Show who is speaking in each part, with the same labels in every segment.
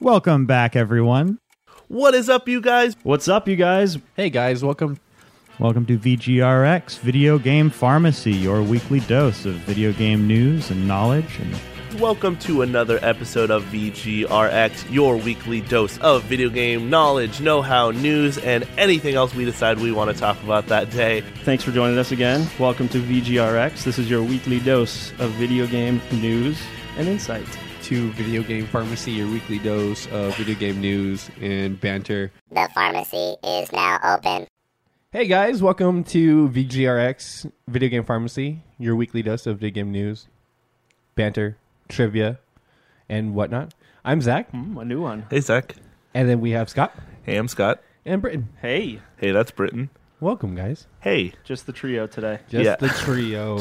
Speaker 1: Welcome back, everyone.
Speaker 2: What is up, you guys?
Speaker 3: What's up, you guys?
Speaker 4: Hey guys, welcome.
Speaker 1: Welcome to VGRX Video Game Pharmacy, your weekly dose of video game news and knowledge. And
Speaker 2: Welcome to another episode of VGRX, your weekly dose of video game knowledge, know how, news, and anything else we decide we want to talk about that day.
Speaker 3: Thanks for joining us again. Welcome to VGRX. This is your weekly dose of video game news and insight.
Speaker 4: To Video Game Pharmacy, your weekly dose of video game news and banter.
Speaker 5: The pharmacy is now open.
Speaker 4: Hey guys, welcome to VGRX Video Game Pharmacy, your weekly dose of video game news, banter, trivia, and whatnot. I'm Zach,
Speaker 3: Hmm, a new one.
Speaker 2: Hey, Zach.
Speaker 4: and then we have Scott
Speaker 2: Hey, I'm Scott.
Speaker 4: and Britton.
Speaker 3: Hey,
Speaker 2: Hey, that's Britain.
Speaker 4: Welcome, guys.
Speaker 2: Hey,
Speaker 3: just the trio today.
Speaker 4: Just
Speaker 2: Yeah.
Speaker 4: the trio.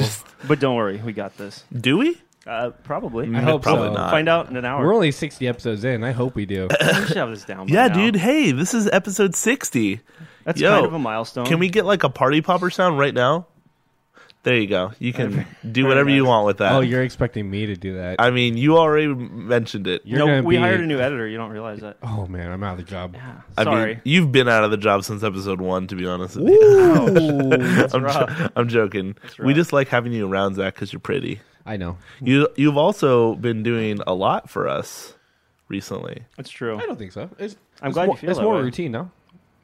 Speaker 3: But don't worry, we got this.
Speaker 2: do we?
Speaker 3: Uh, probably.
Speaker 4: I hope
Speaker 2: Mm, Probably
Speaker 4: so.
Speaker 2: not.
Speaker 3: Find out in an hour.
Speaker 4: We're only 60 episodes in. I hope we do.
Speaker 3: we should have this down. by
Speaker 2: Yeah,
Speaker 3: now.
Speaker 2: dude. Hey, this is episode 60.
Speaker 3: That's
Speaker 2: Yo,
Speaker 3: kind of a milestone.
Speaker 2: Can we get like a party popper sound right now? There you go. You can do whatever you want with that.
Speaker 4: oh, you're expecting me to do that.
Speaker 2: I mean, you already mentioned it.
Speaker 4: You're
Speaker 3: no,
Speaker 4: gonna
Speaker 3: we
Speaker 4: be-
Speaker 3: hired a new editor. You don't realize that.
Speaker 4: Oh man, I'm out of the job.
Speaker 3: Yeah.
Speaker 2: I mean,
Speaker 3: Sorry.
Speaker 2: you've been out of the job since episode one, to be honest. with you.
Speaker 4: Ooh.
Speaker 2: I'm,
Speaker 3: rough.
Speaker 2: jo- I'm joking. We
Speaker 3: rough.
Speaker 2: just like having you around, Zach, because you're pretty.
Speaker 4: I know.
Speaker 2: You you've also been doing a lot for us recently.
Speaker 3: That's true.
Speaker 4: I don't think so. It's,
Speaker 3: I'm
Speaker 4: it's
Speaker 3: glad you
Speaker 4: more,
Speaker 3: feel
Speaker 4: It's
Speaker 3: that
Speaker 4: more
Speaker 3: way.
Speaker 4: routine now.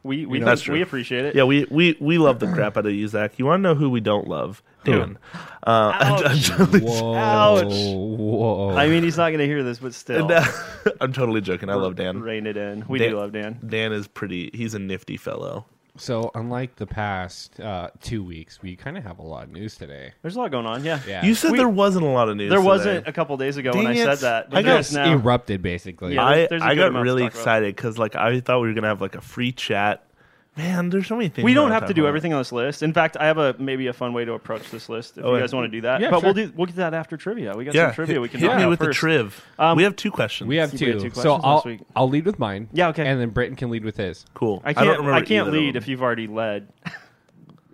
Speaker 3: We we,
Speaker 2: know,
Speaker 3: think-
Speaker 2: that's true.
Speaker 3: we appreciate it.
Speaker 2: Yeah, we we, we love the crap out of you, Zach. You want to know who we don't love? Dan. Uh, I'm, I'm
Speaker 3: Ouch.
Speaker 2: totally,
Speaker 4: Whoa.
Speaker 3: Ouch.
Speaker 4: Whoa.
Speaker 3: I mean, he's not going to hear this, but still,
Speaker 2: I'm totally joking. I love Dan.
Speaker 3: Rein it in. We
Speaker 2: Dan-
Speaker 3: do love Dan.
Speaker 2: Dan is pretty. He's a nifty fellow.
Speaker 4: so, unlike the past uh, two weeks, we kind of have a lot of news today.
Speaker 3: There's a lot going on. Yeah.
Speaker 4: Yeah.
Speaker 2: You said
Speaker 3: We-
Speaker 2: there wasn't a lot of news.
Speaker 3: There
Speaker 2: today.
Speaker 3: wasn't a couple days ago when
Speaker 2: Dang
Speaker 3: I
Speaker 2: it.
Speaker 3: said that. But
Speaker 2: I got
Speaker 3: there's
Speaker 4: It
Speaker 3: now.
Speaker 4: erupted basically.
Speaker 3: Yeah.
Speaker 2: I,
Speaker 3: there's- there's a
Speaker 2: I
Speaker 3: good
Speaker 2: got
Speaker 3: amount to
Speaker 2: really
Speaker 3: talk about.
Speaker 2: excited because like I thought we were gonna have like a free chat. Man, there's so many things.
Speaker 3: We
Speaker 2: I
Speaker 3: don't
Speaker 2: wanna
Speaker 3: have to
Speaker 2: talk
Speaker 3: do
Speaker 2: about.
Speaker 3: everything on this list. In fact, I have a maybe a fun way to approach this list if
Speaker 2: Oh,
Speaker 3: you
Speaker 2: yeah.
Speaker 3: guys want to do that.
Speaker 4: Yeah,
Speaker 3: but we'll
Speaker 4: sure.
Speaker 3: do we'll get to that after trivia. We got
Speaker 2: Yeah,
Speaker 3: some trivia we can
Speaker 2: hit
Speaker 3: talk
Speaker 2: me
Speaker 3: about
Speaker 2: with the
Speaker 3: first.
Speaker 2: triv.
Speaker 3: Um,
Speaker 2: we have two questions.
Speaker 4: We have
Speaker 3: We had
Speaker 4: two.
Speaker 3: two
Speaker 4: so
Speaker 3: questions last
Speaker 4: I'll
Speaker 3: week.
Speaker 4: I'll lead with mine.
Speaker 3: Yeah, okay.
Speaker 4: And then Britton can lead with his.
Speaker 2: cool.
Speaker 3: I
Speaker 2: don't
Speaker 3: can't I,
Speaker 2: remember
Speaker 3: can't
Speaker 2: either of
Speaker 3: lead
Speaker 2: them.
Speaker 3: if you've already led.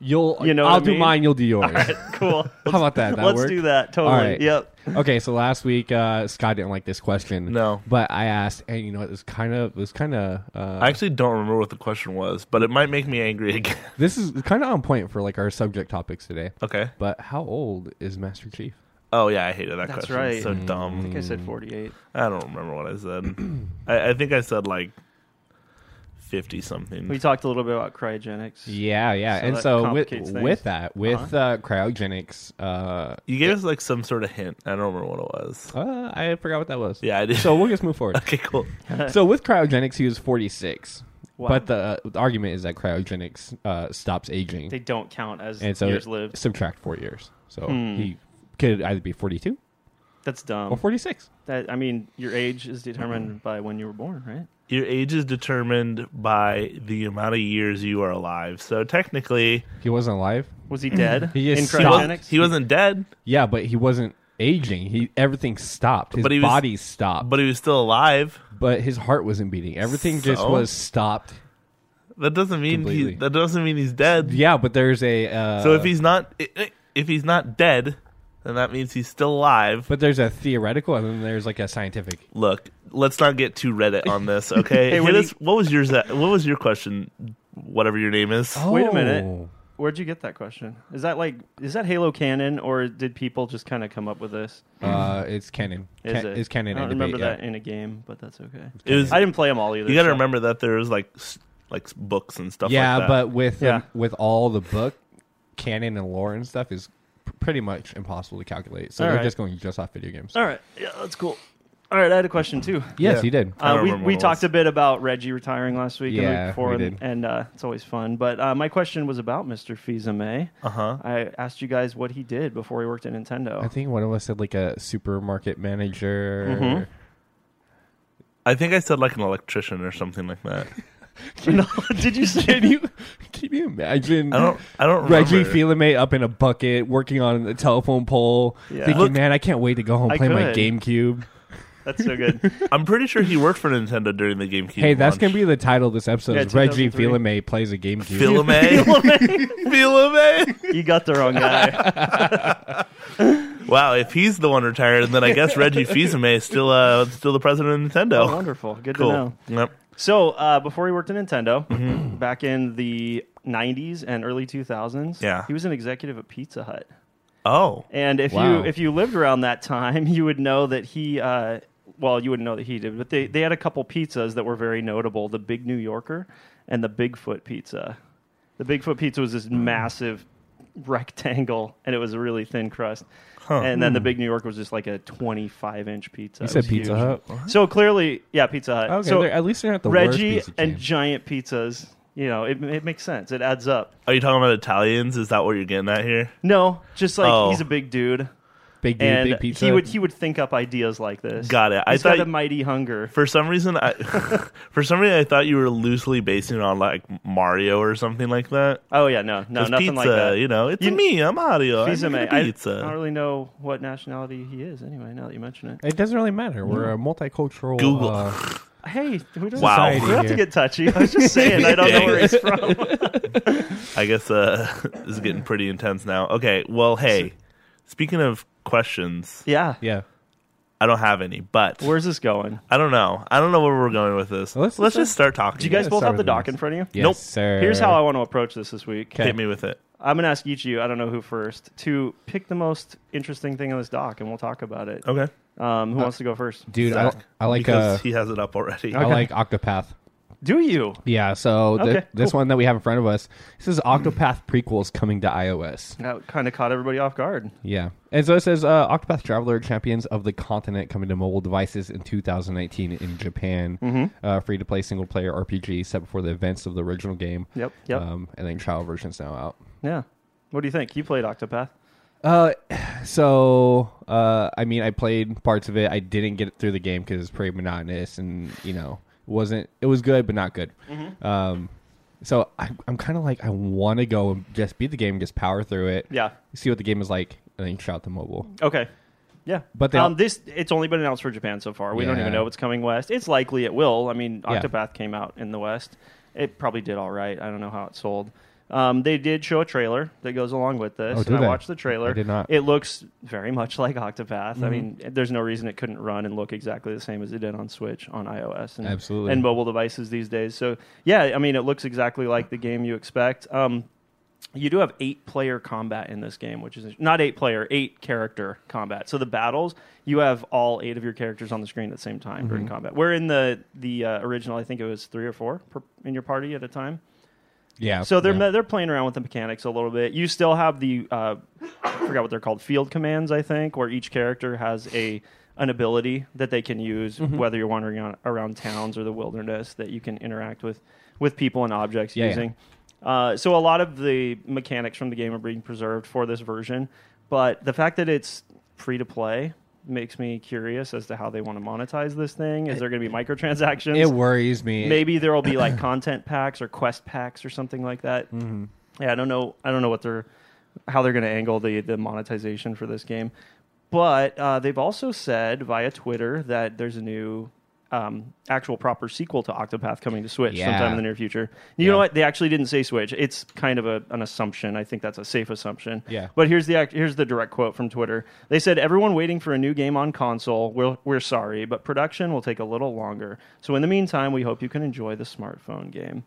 Speaker 4: You'll
Speaker 3: You know
Speaker 4: I'll
Speaker 3: what I
Speaker 4: do
Speaker 3: mean?
Speaker 4: mine. You'll do yours.
Speaker 3: cool.
Speaker 4: How about that? That
Speaker 3: Let's
Speaker 4: work?
Speaker 3: do that. Totally.
Speaker 4: All right.
Speaker 3: Yep.
Speaker 4: Okay, so last week uh, Scott didn't like this question.
Speaker 2: No.
Speaker 4: but I asked, and you know it was kind of it was kind of uh,
Speaker 2: I actually don't remember what the question was, but it might make me angry again.
Speaker 4: this is kind of on point for like our subject topics today.
Speaker 2: okay.
Speaker 4: But how old is Master Chief?
Speaker 2: Oh yeah, I hated that
Speaker 3: That's
Speaker 2: question.
Speaker 3: right.
Speaker 2: So
Speaker 3: I
Speaker 2: dumb.
Speaker 3: think I said 48.
Speaker 2: I don't remember what I said. I, I think I said like fifty something.
Speaker 3: We talked a little bit about cryogenics.
Speaker 4: hmm. Yeah, yeah.
Speaker 3: So
Speaker 4: and
Speaker 3: that
Speaker 4: so with
Speaker 3: complicates things.
Speaker 4: with that, with uh cryogenics, uh,
Speaker 2: you gave us like some sort of hint. I don't remember what it was.
Speaker 4: uh, I forgot what that was.
Speaker 2: Yeah, I did.
Speaker 4: So we'll just move forward.
Speaker 2: okay, cool.
Speaker 4: so with cryogenics, he was forty six.
Speaker 3: Wow.
Speaker 4: But the, uh, the argument is that cryogenics uh, stops aging,
Speaker 3: They don't count as
Speaker 4: and so
Speaker 3: years
Speaker 4: it-
Speaker 3: lived.
Speaker 4: subtract four years. So he could either be forty two
Speaker 3: That's
Speaker 4: or
Speaker 3: dumb.
Speaker 4: forty six.
Speaker 3: That I mean, your age is determined by when you were born, right?
Speaker 2: Your age is determined by the amount of years you are alive. So technically,
Speaker 4: He wasn't alive.
Speaker 3: Was he dead
Speaker 4: He is
Speaker 3: in
Speaker 4: stuck.
Speaker 3: cryogenics?
Speaker 2: he wasn't dead,
Speaker 4: Yeah, but he wasn't aging. He everything stopped. His
Speaker 2: But he was-
Speaker 4: body stopped, but,
Speaker 2: but he was still alive.
Speaker 4: his heart wasn't beating. Everything just
Speaker 2: So?
Speaker 4: was stopped.
Speaker 2: That doesn't mean he,
Speaker 4: Completely.
Speaker 2: that doesn't mean he's dead.
Speaker 4: Yeah, but there's a uh,
Speaker 2: So if he's not i- i- if he's not dead, then that means he's still alive.
Speaker 4: But there's a theoretical and then there's like a scientific.
Speaker 2: Look, let's not get too Reddit on this, okay?
Speaker 3: Hey,
Speaker 2: Hit
Speaker 3: when
Speaker 2: us-
Speaker 3: you-
Speaker 2: what was yours? What was your question? Whatever your name is.
Speaker 4: Oh,
Speaker 3: Wait a minute. Where'd you get that question? Is that like is that Halo canon or did people just kind of come up with this?
Speaker 4: Uh, it's canon.
Speaker 3: Is
Speaker 4: Ca-
Speaker 3: it?
Speaker 4: It's canon.
Speaker 3: I don't
Speaker 4: and debate,
Speaker 3: remember
Speaker 4: yeah.
Speaker 3: that in a game, but that's okay.
Speaker 2: It was-
Speaker 3: I didn't play them all either.
Speaker 2: you got to
Speaker 3: so-
Speaker 2: remember that there's like s- like s- books and stuff.
Speaker 4: Yeah,
Speaker 2: like that.
Speaker 4: but with
Speaker 3: Yeah.
Speaker 4: um, with all the book canon and lore and stuff is p- pretty much impossible to calculate. So
Speaker 3: All
Speaker 4: they're
Speaker 3: right.
Speaker 4: just going just off video games.
Speaker 3: All right, yeah, that's cool. All right, I had a question too.
Speaker 4: Yes,
Speaker 2: Yeah.
Speaker 4: he did.
Speaker 2: I don't
Speaker 3: Uh, we
Speaker 2: remember what
Speaker 3: we
Speaker 2: it was.
Speaker 3: talked a bit about Reggie retiring last week and the
Speaker 4: Yeah,
Speaker 3: week before,
Speaker 4: we
Speaker 3: and,
Speaker 4: did.
Speaker 3: and uh, it's always fun. But uh, my question was about Mr. Fizame.
Speaker 2: uh huh.
Speaker 3: I asked you guys what he did before he worked at Nintendo.
Speaker 4: I think one of us said like a supermarket manager.
Speaker 3: Mhm.
Speaker 2: I think I said like an electrician or something like that.
Speaker 3: No, did you say
Speaker 4: Can you can you imagine?
Speaker 2: I don't. I don't.
Speaker 4: Reggie
Speaker 2: remember.
Speaker 4: Filame up in a bucket, working on a telephone pole,
Speaker 3: Yeah.
Speaker 4: thinking,
Speaker 3: Look-
Speaker 4: "Man, I can't wait to go home
Speaker 3: I
Speaker 4: and play my
Speaker 3: could.
Speaker 4: GameCube."
Speaker 3: that's so good?
Speaker 2: I'm pretty sure he worked for Nintendo during the GameCube.
Speaker 4: Hey, that's
Speaker 2: launch.
Speaker 4: gonna be the title of this episode:
Speaker 3: Yeah,
Speaker 4: is Reggie
Speaker 3: 2003.
Speaker 4: Filame plays a GameCube.
Speaker 2: Filame. Filame.
Speaker 3: you got the wrong guy.
Speaker 2: Wow, if he's the one retired, then I guess Reggie Fils-Aimé is still uh, still the president of Nintendo.
Speaker 3: Oh, wonderful. Good
Speaker 2: Cool.
Speaker 3: to know.
Speaker 2: Yep.
Speaker 3: So, uh, before he worked at Nintendo,
Speaker 4: Mm-hmm.
Speaker 3: back in the 90s and early 2000s,
Speaker 2: Yeah.
Speaker 3: he was an executive at Pizza Hut.
Speaker 2: Oh,
Speaker 3: And if
Speaker 4: Wow.
Speaker 3: you if you lived around that time, you would know that he. Uh, well, you wouldn't know that he did, but they, they had a couple pizzas that were very notable: the Big New Yorker and the Bigfoot Pizza. The Bigfoot Pizza was this
Speaker 4: Hmm.
Speaker 3: massive rectangle, and it was a really thin crust. And then the Big New Yorker was just like a twenty-five inch pizza.
Speaker 4: Hmm. You
Speaker 3: It
Speaker 4: said
Speaker 3: was huge.
Speaker 4: Pizza Hut.
Speaker 3: So clearly, yeah, Pizza Hut.
Speaker 4: Okay,
Speaker 3: so
Speaker 4: they're- at least they're not the
Speaker 3: Reggie
Speaker 4: worst pizza chain.
Speaker 3: and giant pizzas. You know, it, it makes sense. It adds up.
Speaker 2: are you talking about Italians? Is that what you're getting at here?
Speaker 3: No, just like
Speaker 2: Oh.
Speaker 3: he's a big dude.
Speaker 4: big dude,
Speaker 3: and
Speaker 4: big pizza.
Speaker 3: he would he would think up ideas like this.
Speaker 2: Got it. I
Speaker 3: He's
Speaker 2: thought-
Speaker 3: got a mighty hunger.
Speaker 2: For some reason, I for some reason I thought you were loosely basing it on like Mario or something like that.
Speaker 3: Oh yeah, no, no,
Speaker 2: 'Cause
Speaker 3: nothing
Speaker 2: pizza,
Speaker 3: like that.
Speaker 2: you know, it's
Speaker 3: You-
Speaker 2: me. I'm Mario.
Speaker 3: He's
Speaker 2: I
Speaker 3: a
Speaker 2: need
Speaker 3: man.
Speaker 2: a
Speaker 3: I,
Speaker 2: pizza.
Speaker 3: I don't really know what nationality he is. Anyway, now that you mention it,
Speaker 4: it doesn't really matter. We're a multicultural.
Speaker 2: Google.
Speaker 4: Uh,
Speaker 3: hey, we don't,
Speaker 2: Wow.
Speaker 3: we don't have to
Speaker 4: Society
Speaker 3: get touchy. I was just saying, I don't know where he's from.
Speaker 2: I guess uh, this is getting pretty intense now. Okay, well, hey, speaking of questions,
Speaker 3: Yeah,
Speaker 4: yeah.
Speaker 2: I don't have any, but
Speaker 3: where's this going?
Speaker 2: I don't know. I don't know where we're going with this.
Speaker 4: Well,
Speaker 2: Let's,
Speaker 4: let's-
Speaker 2: just start talking.
Speaker 3: Do you guys
Speaker 4: Yeah,
Speaker 3: both
Speaker 4: start
Speaker 3: have the
Speaker 4: with
Speaker 3: doc
Speaker 4: this.
Speaker 3: in front of you?
Speaker 4: Yes,
Speaker 2: Nope.
Speaker 4: sir.
Speaker 3: Here's how I want to approach this this week.
Speaker 2: hit me with it?
Speaker 3: I'm going to ask each of you, I don't know who first, to pick the most interesting thing on this doc, and we'll talk about it.
Speaker 2: Okay,
Speaker 4: Oh.
Speaker 3: Um,
Speaker 4: Uh,
Speaker 3: who wants to go first?
Speaker 4: Dude, I,
Speaker 2: Zach,
Speaker 4: I like
Speaker 2: because
Speaker 4: uh,
Speaker 2: he has it up already.
Speaker 4: I like Octopath.
Speaker 3: Do you?
Speaker 4: Yeah, so the,
Speaker 3: Okay,
Speaker 4: this one that we have in front of us, this is Octopath prequels coming to iOS.
Speaker 3: That kind of caught everybody off guard.
Speaker 4: Yeah, and so it says uh, Octopath Traveler Champions of the Continent coming to mobile devices in 2019 in Japan.
Speaker 3: Mm.
Speaker 4: Uh, Free to play single player RPG set before the events of the original game.
Speaker 3: Yep, yep.
Speaker 4: Um, and then trial versions now out.
Speaker 3: Yeah. What do you think? You played Octopath.
Speaker 4: Uh, so uh, I mean, I played parts of it. I didn't get through the game because it's pretty monotonous, and you know, it wasn't. It was good, but not good. Um, so I, I'm kind of like, I want to go and just beat the game, just power through it,
Speaker 3: Yeah.
Speaker 4: see what the game is like, and then shout the mobile.
Speaker 3: Okay. Yeah.
Speaker 4: But they
Speaker 3: um,
Speaker 4: al-
Speaker 3: this it's only been announced for Japan so far. We don't even
Speaker 4: Yeah.
Speaker 3: know if it's coming west. It's likely it will. I mean,
Speaker 4: Yeah.
Speaker 3: Octopath came out in the west. It probably did all right. I don't know how it sold. Um, they did show a trailer that goes along with this,
Speaker 4: Oh,
Speaker 3: and
Speaker 4: do
Speaker 3: I
Speaker 4: they?
Speaker 3: watched the trailer.
Speaker 4: I did not.
Speaker 3: It looks very much like Octopath. I mean, there's no reason it couldn't run and look exactly the same as it did on Switch, on iOS, and,
Speaker 4: Absolutely.
Speaker 3: and mobile devices these days. So, yeah, I mean, it looks exactly like the game you expect. Um, you do have eight player combat in this game, which is not eight player, eight character combat. So the battles, you have all eight of your characters on the screen at the same time during combat. Where in the the uh, original, I think it was three or four per, in your party at a time.
Speaker 4: Yeah.
Speaker 3: So they're
Speaker 4: yeah.
Speaker 3: they're playing around with the mechanics a little bit. You still have the uh, I forgot what they're called field commands, I think, where each character has a an ability that they can use,
Speaker 4: Mm-hmm.
Speaker 3: whether you're wandering on, around towns or the wilderness, that you can interact with with people and objects
Speaker 4: Yeah, yeah.
Speaker 3: using. Uh, so a lot of the mechanics from the game are being preserved for this version, but the fact that it's free to play makes me curious as to how they want to monetize this thing. Is there going to be microtransactions?
Speaker 4: It worries me.
Speaker 3: maybe there will be like content packs or quest packs or something like that. Yeah, I don't know. I don't know what they're how they're going to angle the the monetization for this game, but uh, they've also said via Twitter that there's a new. Um, actual proper sequel to Octopath coming to Switch
Speaker 4: Yeah.
Speaker 3: sometime in the near future. You know what? They actually didn't say Switch. It's kind of a, an assumption. I think that's a safe assumption.
Speaker 4: Yeah.
Speaker 3: But here's the act, here's the direct quote from Twitter. They said, "Everyone waiting for a new game on console. We're we're sorry, but production will take a little longer. So in the meantime, we hope you can enjoy the smartphone game."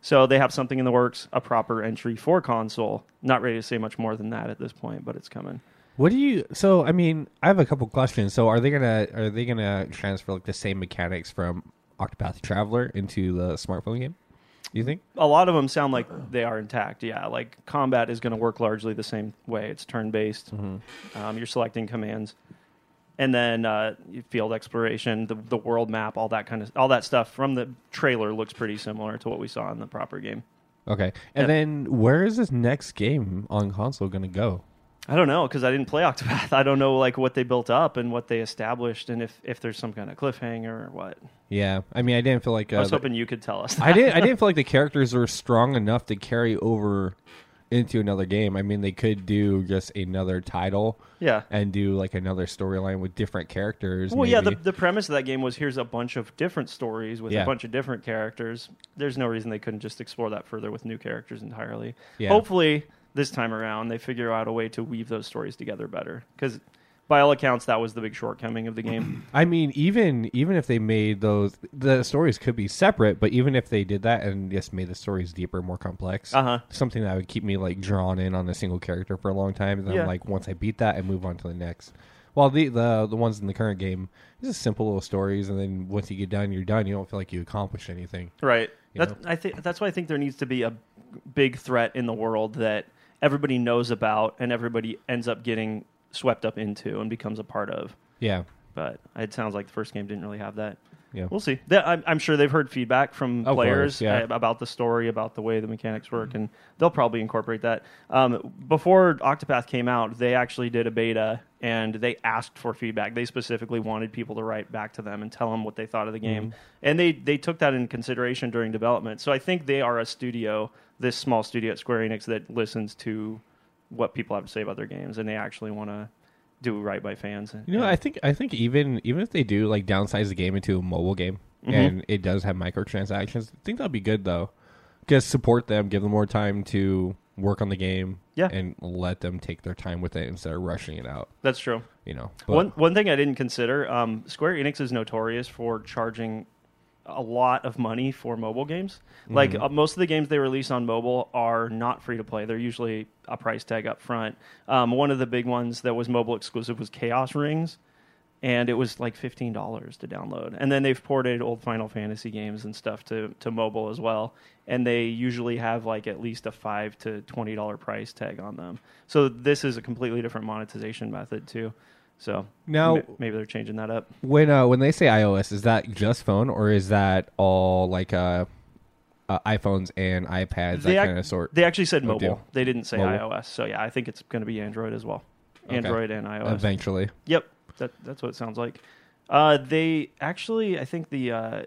Speaker 3: So they have something in the works, a proper entry for console. Not ready to say much more than that at this point, but it's coming.
Speaker 4: What do you? So I mean, I have a couple questions. So are they gonna are they gonna transfer like the same mechanics from Octopath Traveler into the smartphone game? Do you think?
Speaker 3: A lot of them sound like
Speaker 4: Uh-huh.
Speaker 3: they are intact. Yeah, like combat is going to work largely the same way. It's turn based.
Speaker 4: Mm-hmm.
Speaker 3: Um, you're selecting commands, and then uh, field exploration, the, the world map, all that kind of all that stuff from the trailer looks pretty similar to what we saw in the proper game.
Speaker 4: Okay,
Speaker 3: Yeah.
Speaker 4: and then where is this next game on console gonna go?
Speaker 3: I don't know because I didn't play Octopath. I don't know like what they built up and what they established, and if if there's some kind of cliffhanger or what.
Speaker 4: Yeah, I mean, I didn't feel like uh,
Speaker 3: I was
Speaker 4: the-
Speaker 3: hoping you could tell us.
Speaker 4: I didn't I didn't feel like the characters were strong enough to carry over into another game. I mean, they could do just another title
Speaker 3: Yeah.
Speaker 4: and do like another storyline with different characters.
Speaker 3: Well, yeah, the,
Speaker 4: maybe.
Speaker 3: the premise of that game was here's a bunch of different stories with
Speaker 4: Yeah.
Speaker 3: a bunch of different characters. There's no reason they couldn't just explore that further with new characters entirely.
Speaker 4: Yeah.
Speaker 3: Hopefully, this time around, they figure out a way to weave those stories together better. Because by all accounts, that was the big shortcoming of the game.
Speaker 4: I mean, even even if they made those, the stories could be separate. But even if they did that and just made the stories deeper, more complex,
Speaker 3: Uh-huh.
Speaker 4: something that would keep me like drawn in on a single character for a long time. And then
Speaker 3: Yeah.
Speaker 4: like once I beat that, I move on to the next. While the the the ones in the current game, it's just simple little stories, and then once you get done, you're done. You don't feel like you accomplished anything.
Speaker 3: Right.
Speaker 4: You
Speaker 3: That's, I think that's why I think there needs to be a big threat in the world that everybody knows about and everybody ends up getting swept up into and becomes a part of.
Speaker 4: Yeah,
Speaker 3: But it sounds like the first game didn't really have that.
Speaker 4: yeah.
Speaker 3: We'll see. They- I'm, I'm sure they've heard feedback from
Speaker 4: Of
Speaker 3: players
Speaker 4: course, yeah.
Speaker 3: uh, about the story, about the way the mechanics work, and they'll probably incorporate that. Um, before Octopath came out, they actually did a beta and they asked for feedback. They specifically wanted people to write back to them and tell them what they thought of the game,
Speaker 4: Mm-hmm.
Speaker 3: and they they took that into consideration during development. So I think they are a studio, this small studio at Square Enix that listens to what people have to say about their games, and they actually want to do right by fans.
Speaker 4: You know, I think I think even even if they do like downsize the game into a mobile game
Speaker 3: Mm-hmm.
Speaker 4: and it does have microtransactions, I think that'd be good though. Just support them, give them more time to work on the game,
Speaker 3: Yeah.
Speaker 4: and let them take their time with it instead of rushing it out.
Speaker 3: that's true.
Speaker 4: You know,
Speaker 3: one one thing I didn't consider, um, Square Enix is notorious for charging a lot of money for mobile games. Like uh, most of the games they release on mobile are not free to play. They're usually a price tag up front. Um, one of the big ones that was mobile exclusive was Chaos Rings, and it was like fifteen dollars to download. And then they've ported old Final Fantasy games and stuff to to mobile as well. And they usually have like at least a five to twenty dollar price tag on them. So this is a completely different monetization method too. So
Speaker 4: Now-
Speaker 3: ma- maybe they're changing that up.
Speaker 4: when uh, when they say iOS, is that just phone or is that all like uh, uh iPhones and iPads
Speaker 3: They
Speaker 4: that
Speaker 3: ac-
Speaker 4: kind of sort?
Speaker 3: They actually said
Speaker 4: Oh,
Speaker 3: mobile.
Speaker 4: dear.
Speaker 3: They didn't say
Speaker 4: Mobile.
Speaker 3: iOS. So yeah, I think it's going to be Android as well.
Speaker 4: Okay.
Speaker 3: Android and iOS.
Speaker 4: Eventually,
Speaker 3: Yep, that, that's what it sounds like. Uh, they actually, I think the uh,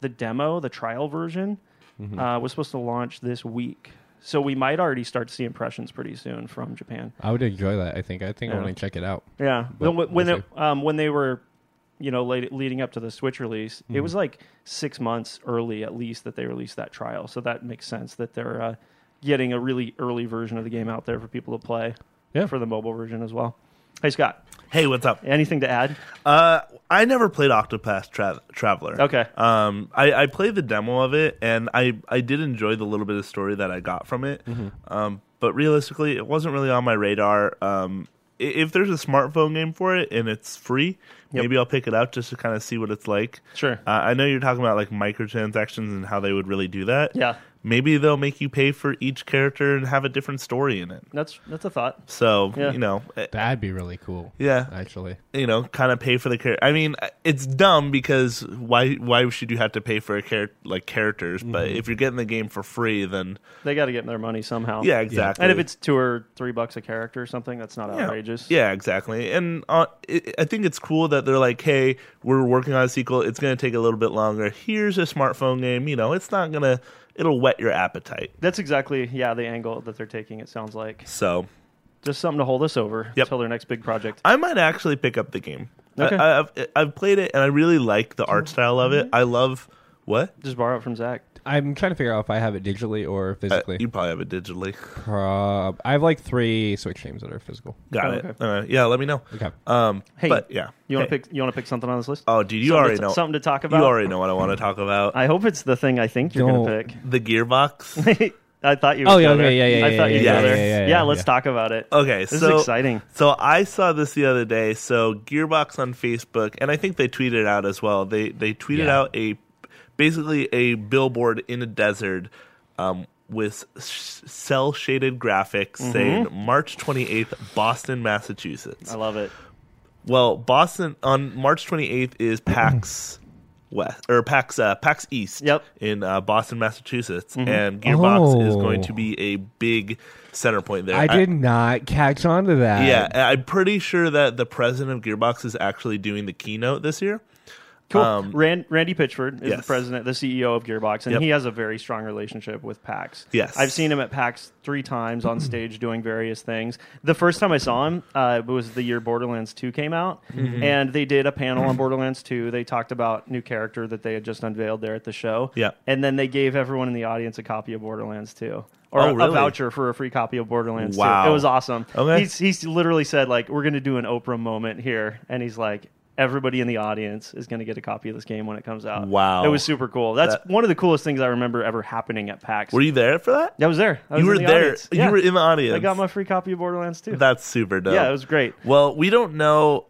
Speaker 3: the demo, the trial version,
Speaker 4: Mm-hmm.
Speaker 3: uh, was supposed to launch this week. So we might already start to see impressions pretty soon from Japan.
Speaker 4: I would enjoy that. I think I think I
Speaker 3: Yeah.
Speaker 4: want to check it out.
Speaker 3: Yeah,
Speaker 4: But
Speaker 3: when, when
Speaker 4: we'll
Speaker 3: it, um, when they were, you know, late, leading up to the Switch release,
Speaker 4: Mm-hmm.
Speaker 3: it was like six months early at least that they released that trial. So that makes sense that they're uh, getting a really early version of the game out there for people to play.
Speaker 4: Yeah.
Speaker 3: for the mobile version as well. Hey Scott,
Speaker 2: Hey, what's up?
Speaker 3: anything to add?
Speaker 2: Uh, I never played Octopath Tra- Traveler.
Speaker 3: Okay.
Speaker 2: Um, I, I played the demo of it, and I, I did enjoy the little bit of story that I got from it.
Speaker 3: Mm-hmm.
Speaker 2: Um, but realistically, it wasn't really on my radar. Um, i- if there's a smartphone game for it and it's free, maybe I'll pick it up just to kind of see what it's like.
Speaker 3: Sure.
Speaker 2: Uh, I know you're talking about like microtransactions and how they would really do that.
Speaker 3: Yeah.
Speaker 2: Maybe they'll make you pay for each character and have a different story in it.
Speaker 3: That's that's a thought.
Speaker 2: So
Speaker 3: Yeah.
Speaker 2: you know, eh,
Speaker 4: That'd be really cool.
Speaker 2: yeah,
Speaker 4: actually.
Speaker 2: you know, kind of pay for the character. I mean, it's dumb because why why should you have to pay for a character like characters? But
Speaker 3: Mm-hmm.
Speaker 2: if you're getting the game for free, then
Speaker 3: They got to get their money somehow.
Speaker 2: yeah, exactly.
Speaker 3: Oh, And if it's two or three bucks a character or something, that's not
Speaker 2: yeah.
Speaker 3: outrageous.
Speaker 2: yeah, exactly. And uh, it, I think it's cool that they're like, hey, we're working on a sequel. It's going to take a little bit longer. Here's a smartphone game. You know, it's not gonna it'll whet your appetite.
Speaker 3: That's exactly yeah the angle that they're taking. It sounds like
Speaker 2: So
Speaker 3: just something to hold us over
Speaker 2: Yep.
Speaker 3: until their next big project.
Speaker 2: I might actually pick up the game.
Speaker 3: Okay. Mm-hmm.
Speaker 2: I, I've I've played it and I really like the art style of it. I love what
Speaker 3: Just borrow it from Zach.
Speaker 4: I'm trying to figure out if I have it digitally or
Speaker 2: Uh,
Speaker 4: physically.
Speaker 2: you probably have it digitally.
Speaker 4: Prob- I have like three Switch games that are physical.
Speaker 2: Got
Speaker 3: Oh,
Speaker 2: it. Uh, yeah, let me know.
Speaker 4: Okay.
Speaker 2: Um,
Speaker 3: Hey,
Speaker 2: but yeah,
Speaker 3: You want to
Speaker 2: Hey.
Speaker 3: pick? You want to pick something on this list?
Speaker 2: Oh, dude, you
Speaker 3: Something
Speaker 2: already
Speaker 3: to-
Speaker 2: know.
Speaker 3: something to talk about.
Speaker 2: You already know what I want to talk about.
Speaker 3: I hope it's the thing I think you're gonna
Speaker 4: Don't-
Speaker 2: the gearbox.
Speaker 3: pick. I thought you.
Speaker 4: Oh,
Speaker 3: would
Speaker 4: yeah,
Speaker 3: go
Speaker 4: okay,
Speaker 3: there.
Speaker 4: yeah, yeah,
Speaker 3: I
Speaker 4: yeah,
Speaker 3: thought
Speaker 4: yeah,
Speaker 3: you'd
Speaker 2: yeah,
Speaker 3: go there.
Speaker 4: yeah, yeah, yeah,
Speaker 3: yeah, let's
Speaker 4: yeah.
Speaker 3: talk about it.
Speaker 2: Okay,
Speaker 3: this
Speaker 2: so
Speaker 3: is exciting.
Speaker 2: So I saw this the other day. So Gearbox on Facebook, and I think they tweeted it out as well. They they tweeted
Speaker 4: Yeah.
Speaker 2: out a basically a billboard in a desert um, with cell shaded graphics
Speaker 3: Mm-hmm.
Speaker 2: saying March twenty eighth, Boston, Massachusetts.
Speaker 3: I love it.
Speaker 2: Well, Boston on March 28th is PAX West or PAX uh, PAX East.
Speaker 3: Yep. Mm-hmm.
Speaker 2: In uh, Boston, Massachusetts, and Gearbox is going to
Speaker 4: Oh.
Speaker 2: be a big center point there.
Speaker 4: I did not catch on to that.
Speaker 2: yeah, and I'm pretty sure that the president of Gearbox is actually doing the keynote this year.
Speaker 3: Cool.
Speaker 2: Um,
Speaker 3: Rand, Randy Pitchford is the
Speaker 2: Yes.
Speaker 3: president, the CEO of Gearbox, and
Speaker 2: Yep.
Speaker 3: he has a very strong relationship with PAX.
Speaker 2: Yes.
Speaker 3: I've seen him at PAX three times on stage doing various things. The first time I saw him uh, was the year Borderlands 2 came out,
Speaker 2: Mm-hmm.
Speaker 3: and they did a panel on Borderlands 2. They talked about new character that they had just unveiled there at the show.
Speaker 2: Yeah.
Speaker 3: And then they gave everyone in the audience a copy of Borderlands 2. Or
Speaker 2: Oh,
Speaker 3: a- a
Speaker 2: really?
Speaker 3: voucher for a free copy of Borderlands 2. It
Speaker 2: Wow.
Speaker 3: was awesome.
Speaker 2: Okay.
Speaker 3: He's, he's literally said like we're going to do an Oprah moment here, and he's like everybody in the audience is going to get a copy of this game when it comes out.
Speaker 2: Wow.
Speaker 3: it was super cool. That's
Speaker 2: That-
Speaker 3: one of the coolest things I remember ever happening at PAX.
Speaker 2: Were you there for that?
Speaker 3: I was there. I was
Speaker 2: you
Speaker 3: in
Speaker 2: were
Speaker 3: the
Speaker 2: there.
Speaker 3: audience.
Speaker 2: You
Speaker 3: Yeah.
Speaker 2: were in the audience.
Speaker 3: I got my free copy of Borderlands 2.
Speaker 2: That's super dope.
Speaker 3: yeah, it was great.
Speaker 2: Well, we don't know.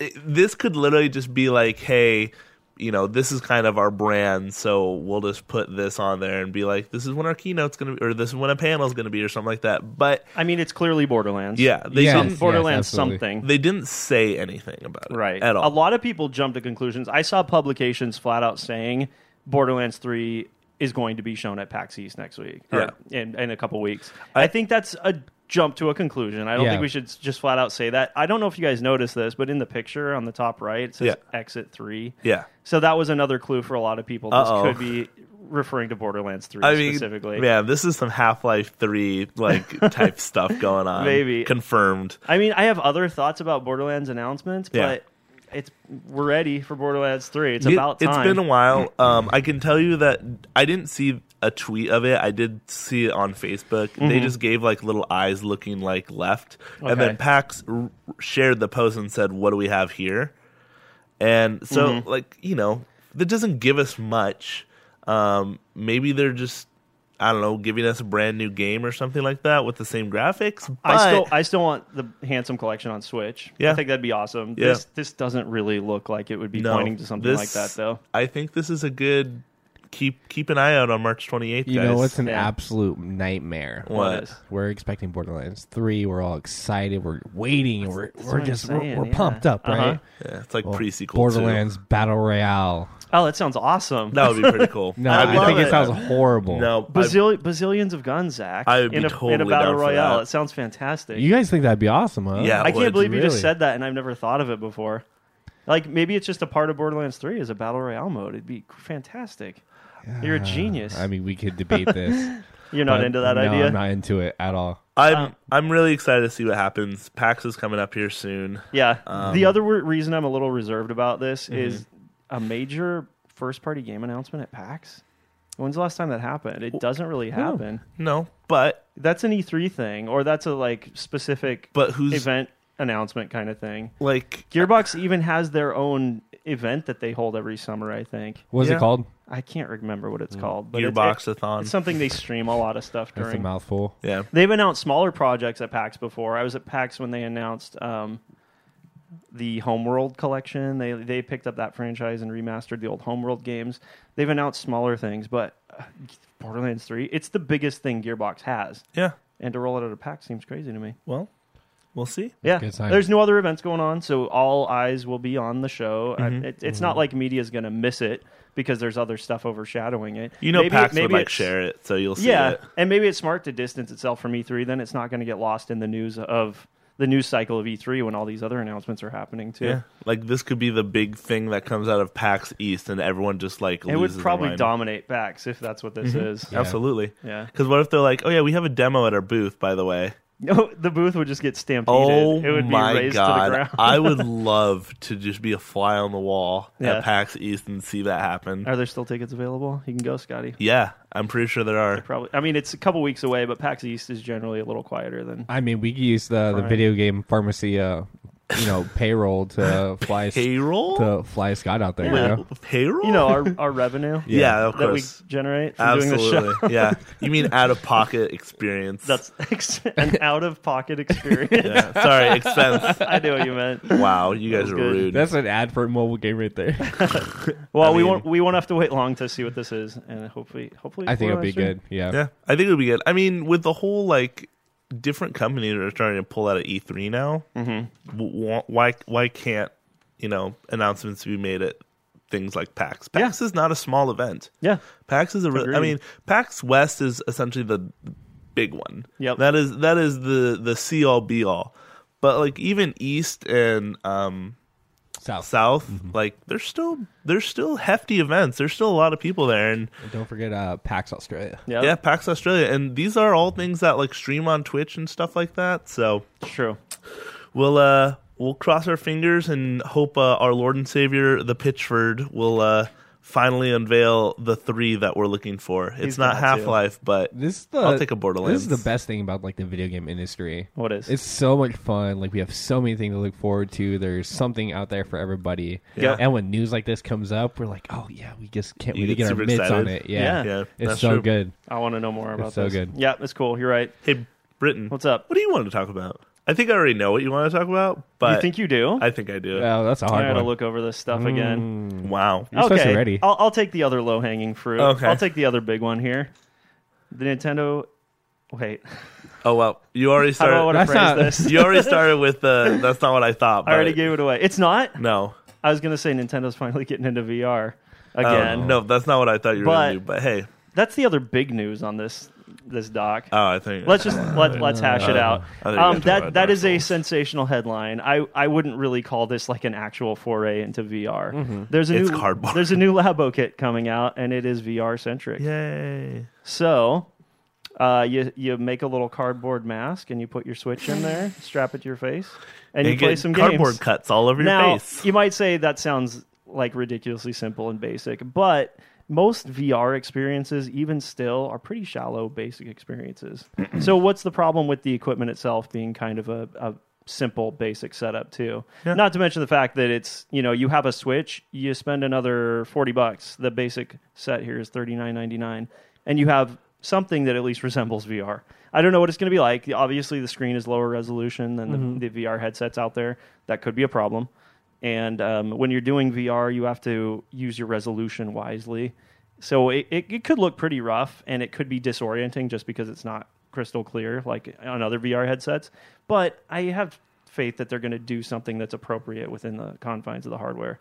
Speaker 2: it- This could literally just be like, hey, you know, this is kind of our brand, so we'll just put this on there and be like, this is when our keynote's going to be, or this is when a panel's going to be, or something like that. But
Speaker 3: I mean, it's clearly Borderlands. Um,
Speaker 2: yeah, they
Speaker 4: Yeah.
Speaker 2: didn't,
Speaker 4: Yes,
Speaker 3: Borderlands
Speaker 4: absolutely.
Speaker 3: something.
Speaker 2: they didn't say anything about it,
Speaker 3: right
Speaker 2: At all.
Speaker 3: a lot of people jump to conclusions i saw publications flat out saying borderlands 3 is going to be shown at pax east next week or in, in a couple weeks I, think that's a jump to a conclusion i don't
Speaker 4: Yeah.
Speaker 3: think we should s- just flat out say that i don't know if you guys noticed this but in the picture on the top right it says
Speaker 2: Yeah.
Speaker 3: exit 3
Speaker 2: Yeah.
Speaker 3: so that was another clue for a lot of people this
Speaker 2: Uh-oh.
Speaker 3: could be referring to borderlands 3
Speaker 2: I mean,
Speaker 3: specifically
Speaker 2: yeah, this is some Half Life Three like type stuff going on.
Speaker 3: Maybe.
Speaker 2: confirmed.
Speaker 3: I mean, I have other thoughts about Borderlands announcements,
Speaker 2: Yeah.
Speaker 3: but it's we're ready for Borderlands Three. It's
Speaker 2: It-
Speaker 3: about time.
Speaker 2: It's been a while. Um, I can tell you that I didn't see a tweet of it. I did see it on Facebook. They just gave like little eyes looking like left, and
Speaker 3: Mm-hmm. Okay.
Speaker 2: then Pax r- shared the post and said, "What do we have here?" And so,
Speaker 3: Mm-hmm.
Speaker 2: like you know, that doesn't give us much. Um, maybe they're just. I don't know, giving us a brand new game or something like that with the same graphics. But
Speaker 3: I still I still want the handsome collection on Switch. I
Speaker 2: Yeah.
Speaker 3: think that'd be awesome.
Speaker 2: Yeah.
Speaker 3: This this doesn't really look like it would be pointing to something like that
Speaker 2: this-
Speaker 3: though.
Speaker 2: I think this is a good keep keep an eye out on March 28th.
Speaker 4: You
Speaker 2: guys.
Speaker 4: know what's an
Speaker 3: Yeah.
Speaker 4: absolute nightmare?
Speaker 2: What?
Speaker 3: is?
Speaker 4: We're expecting Borderlands three. We're all excited. We're waiting. We're
Speaker 3: what
Speaker 4: we're
Speaker 3: I'm
Speaker 4: just
Speaker 3: saying,
Speaker 4: we're, we're
Speaker 3: yeah.
Speaker 4: pumped up,
Speaker 3: Uh-huh.
Speaker 4: right?
Speaker 2: Yeah, it's like
Speaker 4: Well,
Speaker 2: pre sequel.
Speaker 4: Borderlands Battle Royale.
Speaker 3: Oh, that sounds awesome.
Speaker 2: That would be pretty cool.
Speaker 4: No,
Speaker 2: I'd
Speaker 4: I,
Speaker 2: love
Speaker 4: think it, sounds horrible.
Speaker 2: No, I-
Speaker 3: Bazil- bazillions of guns, Zach.
Speaker 2: I would be
Speaker 3: in a, in a
Speaker 2: totally
Speaker 3: battle
Speaker 2: down for
Speaker 3: royale.
Speaker 2: that.
Speaker 3: It sounds fantastic.
Speaker 4: You guys think that'd be awesome, huh?
Speaker 2: Yeah.
Speaker 3: I can't
Speaker 2: would.
Speaker 3: believe you just
Speaker 4: Really?
Speaker 3: said that, and I've never thought of it before. Like maybe it's just a part of Borderlands Three is a battle royale mode. It'd be fantastic. You're a genius.
Speaker 4: I mean, we could debate this.
Speaker 3: You're not
Speaker 4: but
Speaker 3: into that
Speaker 4: no,
Speaker 3: idea.
Speaker 4: I'm not into it at all.
Speaker 2: I'm
Speaker 3: um,
Speaker 2: I'm really excited to see what happens. PAX is coming up here soon.
Speaker 3: Yeah.
Speaker 2: Um, Mm-hmm.
Speaker 3: the other wor- reason I'm a little reserved about this is a major first party game announcement at PAX. When's the last time that happened? It doesn't really happen.
Speaker 2: No, but
Speaker 3: That's an E3 thing, or that's a like specific
Speaker 2: but who's
Speaker 3: event announcement kind of thing.
Speaker 2: like
Speaker 3: Gearbox even has their own event that they hold every summer. I think
Speaker 4: What's it
Speaker 2: Yeah.
Speaker 4: called?
Speaker 3: I can't remember what it's called, but it's-
Speaker 2: Mm. Gearbox
Speaker 3: It's, it's something they stream a lot of stuff
Speaker 4: That's a
Speaker 3: during.
Speaker 4: mouthful.
Speaker 2: Yeah,
Speaker 3: They've announced smaller projects at PAX before. I was at PAX when they announced um, the Homeworld collection. They they picked up that franchise and remastered the old Homeworld games. They've announced smaller things, but uh, Borderlands Three, it's the biggest thing Gearbox has,
Speaker 2: yeah.
Speaker 3: and to roll it out of PAX seems crazy to me.
Speaker 2: Well, we'll see.
Speaker 3: Yeah,
Speaker 4: good sign.
Speaker 3: there's no other events going on, so all eyes will be on the show. I-
Speaker 2: Mm-hmm.
Speaker 3: it- it's
Speaker 4: Mm-hmm.
Speaker 3: not like media's going to miss it because there's other stuff overshadowing it.
Speaker 2: You know,
Speaker 3: Maybe-
Speaker 2: PAX
Speaker 3: maybe
Speaker 2: would like
Speaker 3: it's-
Speaker 2: share it, so you'll see
Speaker 3: yeah,
Speaker 2: it.
Speaker 3: and maybe it's smart to distance itself from E3. Then it's not going to get lost in the news of the news cycle of E3 when all these other announcements are happening too.
Speaker 2: Yeah, like this could be the big thing that comes out of PAX East, and everyone just like
Speaker 3: It would
Speaker 2: loses Mm-hmm. their
Speaker 3: probably
Speaker 2: mind.
Speaker 3: dominate PAX if that's what this is.
Speaker 2: Absolutely.
Speaker 3: Yeah.
Speaker 2: Because what if they're like, oh yeah, we have a demo at our booth, by the way.
Speaker 3: No, Oh, the booth would just get stampeded.
Speaker 2: Oh
Speaker 3: it would be
Speaker 2: my
Speaker 3: raised to the
Speaker 2: god!
Speaker 3: ground.
Speaker 2: I would love to just be a fly on the wall
Speaker 3: Yeah.
Speaker 2: at PAX East and see that happen.
Speaker 3: Are there still tickets available? You can go, Scotty.
Speaker 2: Yeah, I'm pretty sure there are.
Speaker 3: Probably. I mean, it's a couple weeks away, but PAX East is generally a little quieter than.
Speaker 4: I mean, we could use the, the
Speaker 3: Right.
Speaker 4: video game pharmacy, uh, you know, payroll to fly s-
Speaker 2: Payroll?
Speaker 4: to fly Scott out there. You know?
Speaker 2: Payroll?
Speaker 3: You know, our, our revenue
Speaker 2: yeah, of
Speaker 3: that we
Speaker 2: course.
Speaker 3: generate from
Speaker 2: Absolutely.
Speaker 3: doing the show.
Speaker 2: yeah. You mean out of pocket experience?
Speaker 3: That's an out of pocket experience.
Speaker 2: yeah. sorry, expense.
Speaker 3: I knew what you meant.
Speaker 2: Wow, you
Speaker 3: was
Speaker 2: guys are
Speaker 3: good.
Speaker 2: rude.
Speaker 4: That's an ad for a mobile game right there.
Speaker 3: Well, we
Speaker 2: mean-
Speaker 3: won't we won't have to wait long to see what this is, and hopefully, hopefully,
Speaker 4: I think it'll be
Speaker 3: Borderlands
Speaker 4: good. Yeah.
Speaker 2: yeah, I think it would be good. I mean, with the whole like different companies are starting to pull out of E3 now. Mm-hmm. Why? Why can't you know announcements be made at things like PAX? PAX is not a small event.
Speaker 3: three. Yeah,
Speaker 2: PAX is a real. I
Speaker 3: Agreed.
Speaker 2: mean, PAX West is essentially the big one.
Speaker 3: Yep.
Speaker 2: That is that is the the see all be all. But like even East and um
Speaker 4: South.
Speaker 2: south
Speaker 3: Mm-hmm.
Speaker 2: like there's still there's still hefty events there's still a lot of people there and
Speaker 4: And don't forget uh, PAX Australia.
Speaker 3: Yeah,
Speaker 2: yeah pax australia and these are all things that like stream on twitch and stuff like that so
Speaker 3: that's true.
Speaker 2: we'll uh we'll cross our fingers and hope uh, our lord and savior the pitchford will uh finally unveil the three that we're looking for it's
Speaker 3: He's
Speaker 2: not
Speaker 3: got to.
Speaker 2: half-life but
Speaker 4: This is the
Speaker 2: I'll take a
Speaker 4: This
Speaker 2: Borderlands.
Speaker 4: is the best thing about like the video game industry.
Speaker 3: What is?
Speaker 4: It's so much fun. Like we have so many things to look forward to. There's something out there for everybody.
Speaker 2: Yeah.
Speaker 4: And when news like this comes up, we're like, oh yeah, we just can't
Speaker 2: You
Speaker 4: wait to
Speaker 2: get
Speaker 4: get our
Speaker 2: super
Speaker 4: mitts on
Speaker 2: excited.
Speaker 4: it. Yeah.
Speaker 2: Yeah, that's
Speaker 4: it's so
Speaker 2: true.
Speaker 4: good.
Speaker 3: I want to know more about
Speaker 4: so
Speaker 3: this.
Speaker 4: good.
Speaker 3: Yeah, it's cool. You're right.
Speaker 2: hey britain
Speaker 3: What's up?
Speaker 2: what do you want to talk about i think i already know what you want to talk about but
Speaker 3: you think you do?
Speaker 2: i think i do
Speaker 4: Oh, that's a
Speaker 3: I
Speaker 4: hard
Speaker 3: gotta
Speaker 4: one. Mm,
Speaker 3: look over this stuff again.
Speaker 2: wow
Speaker 4: You're supposed to be ready.
Speaker 3: I'll, I'll take the other low hanging fruit.
Speaker 2: Okay.
Speaker 3: I'll take the other big one here. The Nintendo. Wait,
Speaker 2: oh well you already
Speaker 3: I don't
Speaker 2: started
Speaker 3: want to
Speaker 4: That's
Speaker 3: phrase
Speaker 4: not-
Speaker 3: this.
Speaker 2: you already started with uh that's not what i thought
Speaker 3: I already
Speaker 2: but-
Speaker 3: gave it away. It's not.
Speaker 2: no
Speaker 3: I was gonna say Nintendo's finally getting into VR
Speaker 2: Oh,
Speaker 3: again.
Speaker 2: no that's not what i thought you were
Speaker 3: But-
Speaker 2: gonna do but hey
Speaker 3: That's the other big news on this this doc.
Speaker 2: oh i think
Speaker 3: let's just let let's hash it out.
Speaker 2: I think we have
Speaker 3: Um,
Speaker 2: to talk
Speaker 3: that
Speaker 2: about
Speaker 3: that
Speaker 2: Dark
Speaker 3: is a
Speaker 2: Souls.
Speaker 3: sensational headline. I, I wouldn't really call this like an actual foray into VR. There's a
Speaker 2: It's
Speaker 3: new
Speaker 2: cardboard.
Speaker 3: there's a new Labo kit coming out, and it is VR centric.
Speaker 2: yay
Speaker 3: So. Uh, you you make a little cardboard mask and you put your Switch in there, strap it to your face, and,
Speaker 2: and
Speaker 3: you play
Speaker 2: get
Speaker 3: some
Speaker 2: cardboard
Speaker 3: games.
Speaker 2: cuts all over
Speaker 3: now
Speaker 2: your face
Speaker 3: you might say that sounds like ridiculously simple and basic, but most VR experiences, even still, are pretty shallow, basic experiences. so what's the problem with the equipment itself being kind of a, a simple, basic setup too? Not to mention the fact that it's you know you have a Switch, you spend another forty bucks. The basic set here is thirty nine ninety nine, and you have something that at least resembles VR. I don't know what it's going to be like. Obviously, the screen is lower resolution than the, the VR headsets out there. That could be a problem. And um, when you're doing VR, you have to use your resolution wisely. So it, it, it could look pretty rough and it could be disorienting just because it's not crystal clear like on other VR headsets. But I have faith that they're going to do something that's appropriate within the confines of the hardware.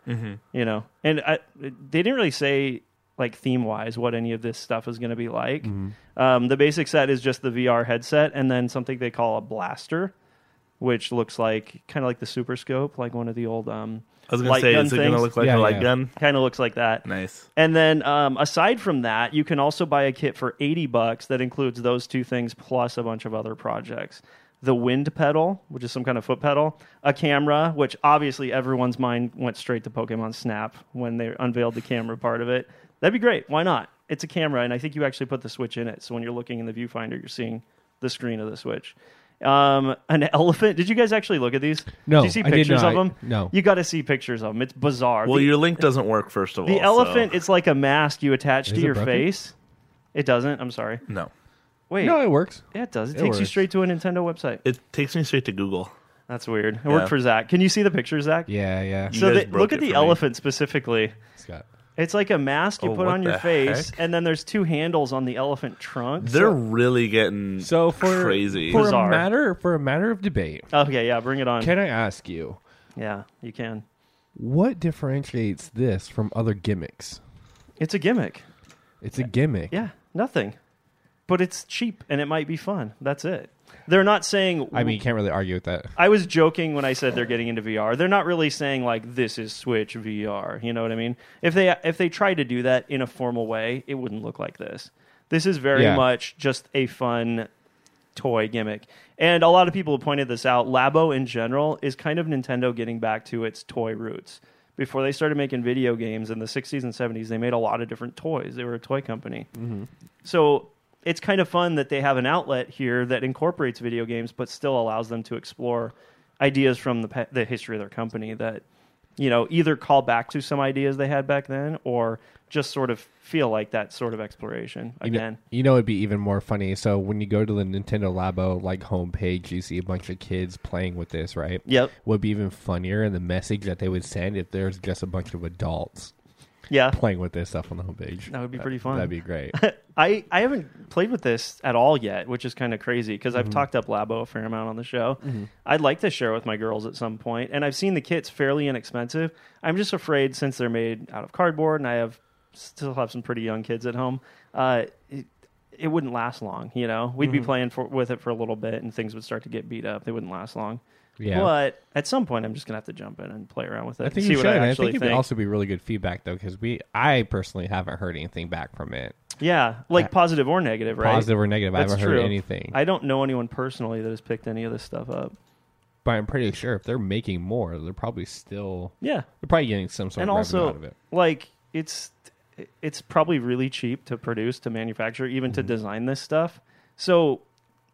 Speaker 3: You know, and I, they didn't really say like theme wise what any of this stuff is going to be like.
Speaker 2: Mm-hmm.
Speaker 3: Um, the basic set is just the VR headset and then something they call a blaster, which looks like kind of like the super scope, like one of the old um,
Speaker 2: i was gonna
Speaker 3: light
Speaker 2: say
Speaker 3: gun
Speaker 2: is it gonna
Speaker 3: things.
Speaker 2: look like a
Speaker 4: Yeah,
Speaker 2: light
Speaker 4: yeah.
Speaker 2: gun
Speaker 3: kind of looks like that.
Speaker 2: nice
Speaker 3: And then um, aside from that, you can also buy a kit for 80 bucks that includes those two things plus a bunch of other projects. The wind pedal, which is some kind of foot pedal, a camera, which obviously everyone's mind went straight to Pokemon Snap when they unveiled the camera part of it. That'd be great. Why not? It's a camera, and I think you actually put the Switch in it. So when you're looking in the viewfinder, you're seeing the screen of the Switch. Um, an elephant. Did you guys actually look at these?
Speaker 4: No,
Speaker 3: Did you see
Speaker 4: I did
Speaker 3: pictures
Speaker 4: not.
Speaker 3: of them?
Speaker 4: No.
Speaker 3: You got to see pictures of them. It's bizarre.
Speaker 2: well
Speaker 3: The-
Speaker 2: your link doesn't work first of all
Speaker 3: the
Speaker 2: so-
Speaker 3: elephant it's like a mask you attach to
Speaker 4: it
Speaker 3: your
Speaker 4: broken?
Speaker 3: face. It doesn't. I'm sorry.
Speaker 2: no
Speaker 3: Wait.
Speaker 4: No, it works.
Speaker 3: yeah, it does. It,
Speaker 4: it
Speaker 3: takes you
Speaker 4: works.
Speaker 3: straight to a Nintendo website.
Speaker 2: it takes me straight to google
Speaker 3: That's weird. It
Speaker 2: Yeah.
Speaker 3: worked for Zach. Can you see the picture, Zach?
Speaker 4: Yeah, yeah.
Speaker 2: You
Speaker 3: So
Speaker 2: guys
Speaker 3: the,
Speaker 2: broke
Speaker 3: look
Speaker 2: it
Speaker 3: at
Speaker 2: for
Speaker 3: the
Speaker 2: me.
Speaker 3: eleph't specifically.
Speaker 4: Scott.
Speaker 3: It's like a mask you
Speaker 2: Oh,
Speaker 3: put
Speaker 2: what
Speaker 3: on your
Speaker 2: the
Speaker 3: face,
Speaker 2: heck?
Speaker 3: and then there's two handles on the elephant trunk.
Speaker 2: they're really getting
Speaker 4: So for
Speaker 2: crazy
Speaker 4: for
Speaker 3: Bizarre.
Speaker 4: a matter for a matter of debate,
Speaker 3: okay, yeah, bring it on.
Speaker 4: can I ask you
Speaker 3: yeah, you can.
Speaker 4: what differentiates this from other gimmicks?
Speaker 3: It's a gimmick.
Speaker 4: It's a gimmick.
Speaker 3: Yeah, nothing. But it's cheap and it might be fun. That's it. They're not saying
Speaker 4: I mean, you can't really argue with that.
Speaker 3: I was joking when I said they're getting into VR. They're not really saying like this is Switch VR. You know what I mean? If they if they tried to do that in a formal way, it wouldn't look like this. This is very
Speaker 4: Yeah.
Speaker 3: much just a fun toy gimmick. And a lot of people have pointed this out. Labo in general is kind of Nintendo getting back to its toy roots. Before they started making video games in the 60s and 70s, they made a lot of different toys. They were a toy company. So it's kind of fun that they have an outlet here that incorporates video games, but still allows them to explore ideas from the pa- the history of their company that you know either call back to some ideas they had back then or just sort of feel like that sort of exploration
Speaker 4: You know-
Speaker 3: again.
Speaker 4: you know it'd be even more funny. So when you go to the Nintendo Labo like homepage, you see a bunch of kids playing with this, right?
Speaker 3: Yep.
Speaker 4: Would be even funnier and the message that they would send if there's just a bunch of adults
Speaker 3: Yeah.
Speaker 4: playing with this stuff on the homepage.
Speaker 3: That would be pretty fun.
Speaker 4: That'd be great.
Speaker 3: I, I haven't played with this at all yet, which is kind of crazy because
Speaker 4: Mm-hmm.
Speaker 3: I've talked up Labo a fair amount on the show. I'd like to share with my girls at some point, and I've seen the kits fairly inexpensive. I'm just afraid since they're made out of cardboard, and I have still have some pretty young kids at home. Uh, it, it
Speaker 4: Mm-hmm.
Speaker 3: wouldn't last long, you know. We'd be playing for, with it for a little bit, and things would start to get beat up. They wouldn't last long.
Speaker 4: Yeah.
Speaker 3: But at some point, I'm just gonna have to jump in and play around with it.
Speaker 4: I think
Speaker 3: see
Speaker 4: you should.
Speaker 3: what I
Speaker 4: I,
Speaker 3: actually
Speaker 4: think it'd also be really good feedback though, because we, I personally haven't heard anything back from it,
Speaker 3: yeah, like positive or negative, right?
Speaker 4: positive or negative. I
Speaker 3: That's
Speaker 4: haven't
Speaker 3: true.
Speaker 4: heard anything,
Speaker 3: I don't know anyone personally that has picked any of this stuff up.
Speaker 4: but I'm pretty sure if they're making more, they're probably still
Speaker 3: Yeah,
Speaker 4: they're probably getting some sort
Speaker 3: and
Speaker 4: of
Speaker 3: also
Speaker 4: revenue out of it.
Speaker 3: like it's it's probably really cheap to produce to manufacture even
Speaker 4: Mm-hmm.
Speaker 3: to design this stuff so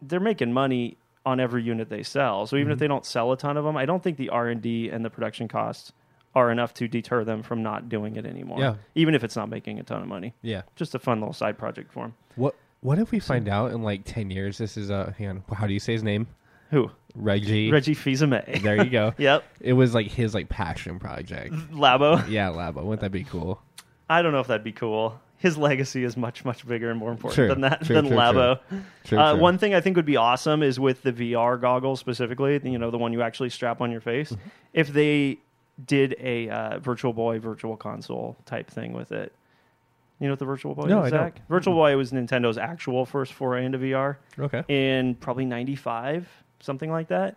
Speaker 3: they're making money on every unit they sell so even
Speaker 4: Mm-hmm.
Speaker 3: if they don't sell a ton of them i don't think the r&d and the production costs are enough to deter them from not doing it anymore
Speaker 4: Yeah.
Speaker 3: even if it's not making a ton of money
Speaker 4: Yeah.
Speaker 3: just a fun little side project for them
Speaker 4: What What if we find out in like ten years? This is a hang on. How do you say his name?
Speaker 3: who
Speaker 4: Reggie.
Speaker 3: reggie fils-aimé
Speaker 4: There you go.
Speaker 3: yep
Speaker 4: It was like his like passion project.
Speaker 3: labo
Speaker 4: Yeah, Labo. Wouldn't that be cool?
Speaker 3: i don't know if that'd be cool his legacy is much much bigger and more important
Speaker 4: True,
Speaker 3: than that
Speaker 4: true,
Speaker 3: than
Speaker 4: true, true.
Speaker 3: labo
Speaker 4: True,
Speaker 3: Uh,
Speaker 4: true.
Speaker 3: One thing I think would be awesome is with the VR goggles specifically, you know, the one you actually strap on your face.
Speaker 4: Mm-hmm.
Speaker 3: If they did a uh, Virtual Boy, Virtual Console type thing with it, you know what the Virtual Boy
Speaker 4: No,
Speaker 3: is,
Speaker 4: I don't.
Speaker 3: Zach? Virtual Boy was Nintendo's actual first foray into VR
Speaker 4: Okay.
Speaker 3: in probably 95 something like that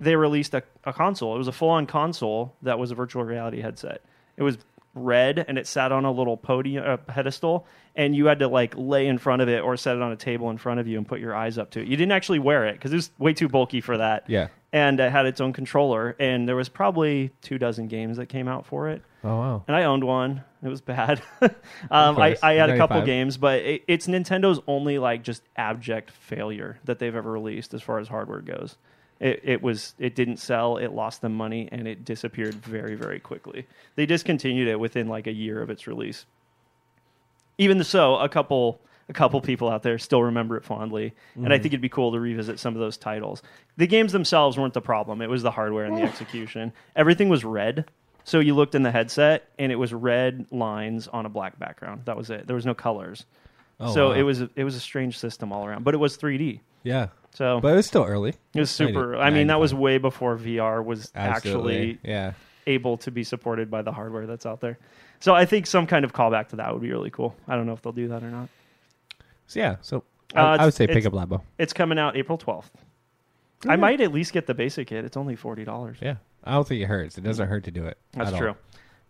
Speaker 3: they released a, a console it was a full-on console that was a virtual reality headset it was red and it sat on a little podium uh, pedestal and you had to like lay in front of it or set it on a table in front of you and put your eyes up to it you didn't actually wear it because it was way too bulky for that
Speaker 4: Yeah.
Speaker 3: and it had its own controller and there was probably two dozen games that came out for it
Speaker 4: Oh wow.
Speaker 3: and I owned one. It was bad. um, I,
Speaker 4: course.
Speaker 3: I had a couple
Speaker 4: 95.
Speaker 3: games, but it, it's Nintendo's only like just abject failure that they've ever released as far as hardware goes. It, it was it didn't sell. It lost them money, and it disappeared very very quickly. They discontinued it within like a year of its release. Even so, a couple a couple people out there still remember it fondly, and I
Speaker 4: Mm-hmm.
Speaker 3: think it'd be cool to revisit some of those titles. The games themselves weren't the problem; it was the hardware and the execution. Everything was red, so you looked in the headset, and it was red lines on a black background. That was it. There was no colors,
Speaker 4: Oh,
Speaker 3: so
Speaker 4: wow.
Speaker 3: it was a, it was a strange system all around. But it was 3D,
Speaker 4: Yeah.
Speaker 3: so
Speaker 4: But it was still early.
Speaker 3: it was super. I mean, that was way before VR was
Speaker 4: Absolutely.
Speaker 3: actually
Speaker 4: Yeah.
Speaker 3: able to be supported by the hardware that's out there. So I think some kind of callback to that would be really cool. I don't know if they'll do that or not.
Speaker 4: So yeah. So
Speaker 3: Uh,
Speaker 4: I, I
Speaker 3: it's-
Speaker 4: would say pick
Speaker 3: it's-
Speaker 4: up Labo.
Speaker 3: It's coming out April 12th. I might at least get the basic kit. It's only $40.
Speaker 4: Yeah. I don't think it hurts. It doesn't hurt to do it.
Speaker 3: Mm-hmm. That's
Speaker 4: at all.
Speaker 3: true.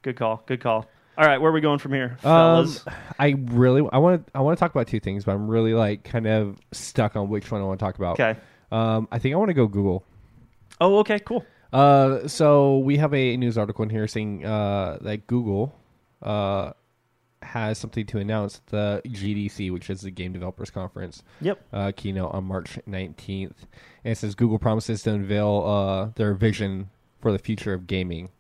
Speaker 3: Good call. Good call. All right, where are we going from here,
Speaker 4: Um,
Speaker 3: fellas?
Speaker 4: I really I want to I want to talk about two things, but I'm really like kind of stuck on which one I want to talk about.
Speaker 3: okay.
Speaker 4: Um, I think I want to go Google.
Speaker 3: Oh, okay, cool.
Speaker 4: Uh, so we have a news article in here saying uh, that Google uh, has something to announce at the GDC, which is the Game Developers Conference
Speaker 3: Yep.
Speaker 4: uh, keynote on March 19th. And it says Google promises to unveil uh, their vision for the future of gaming.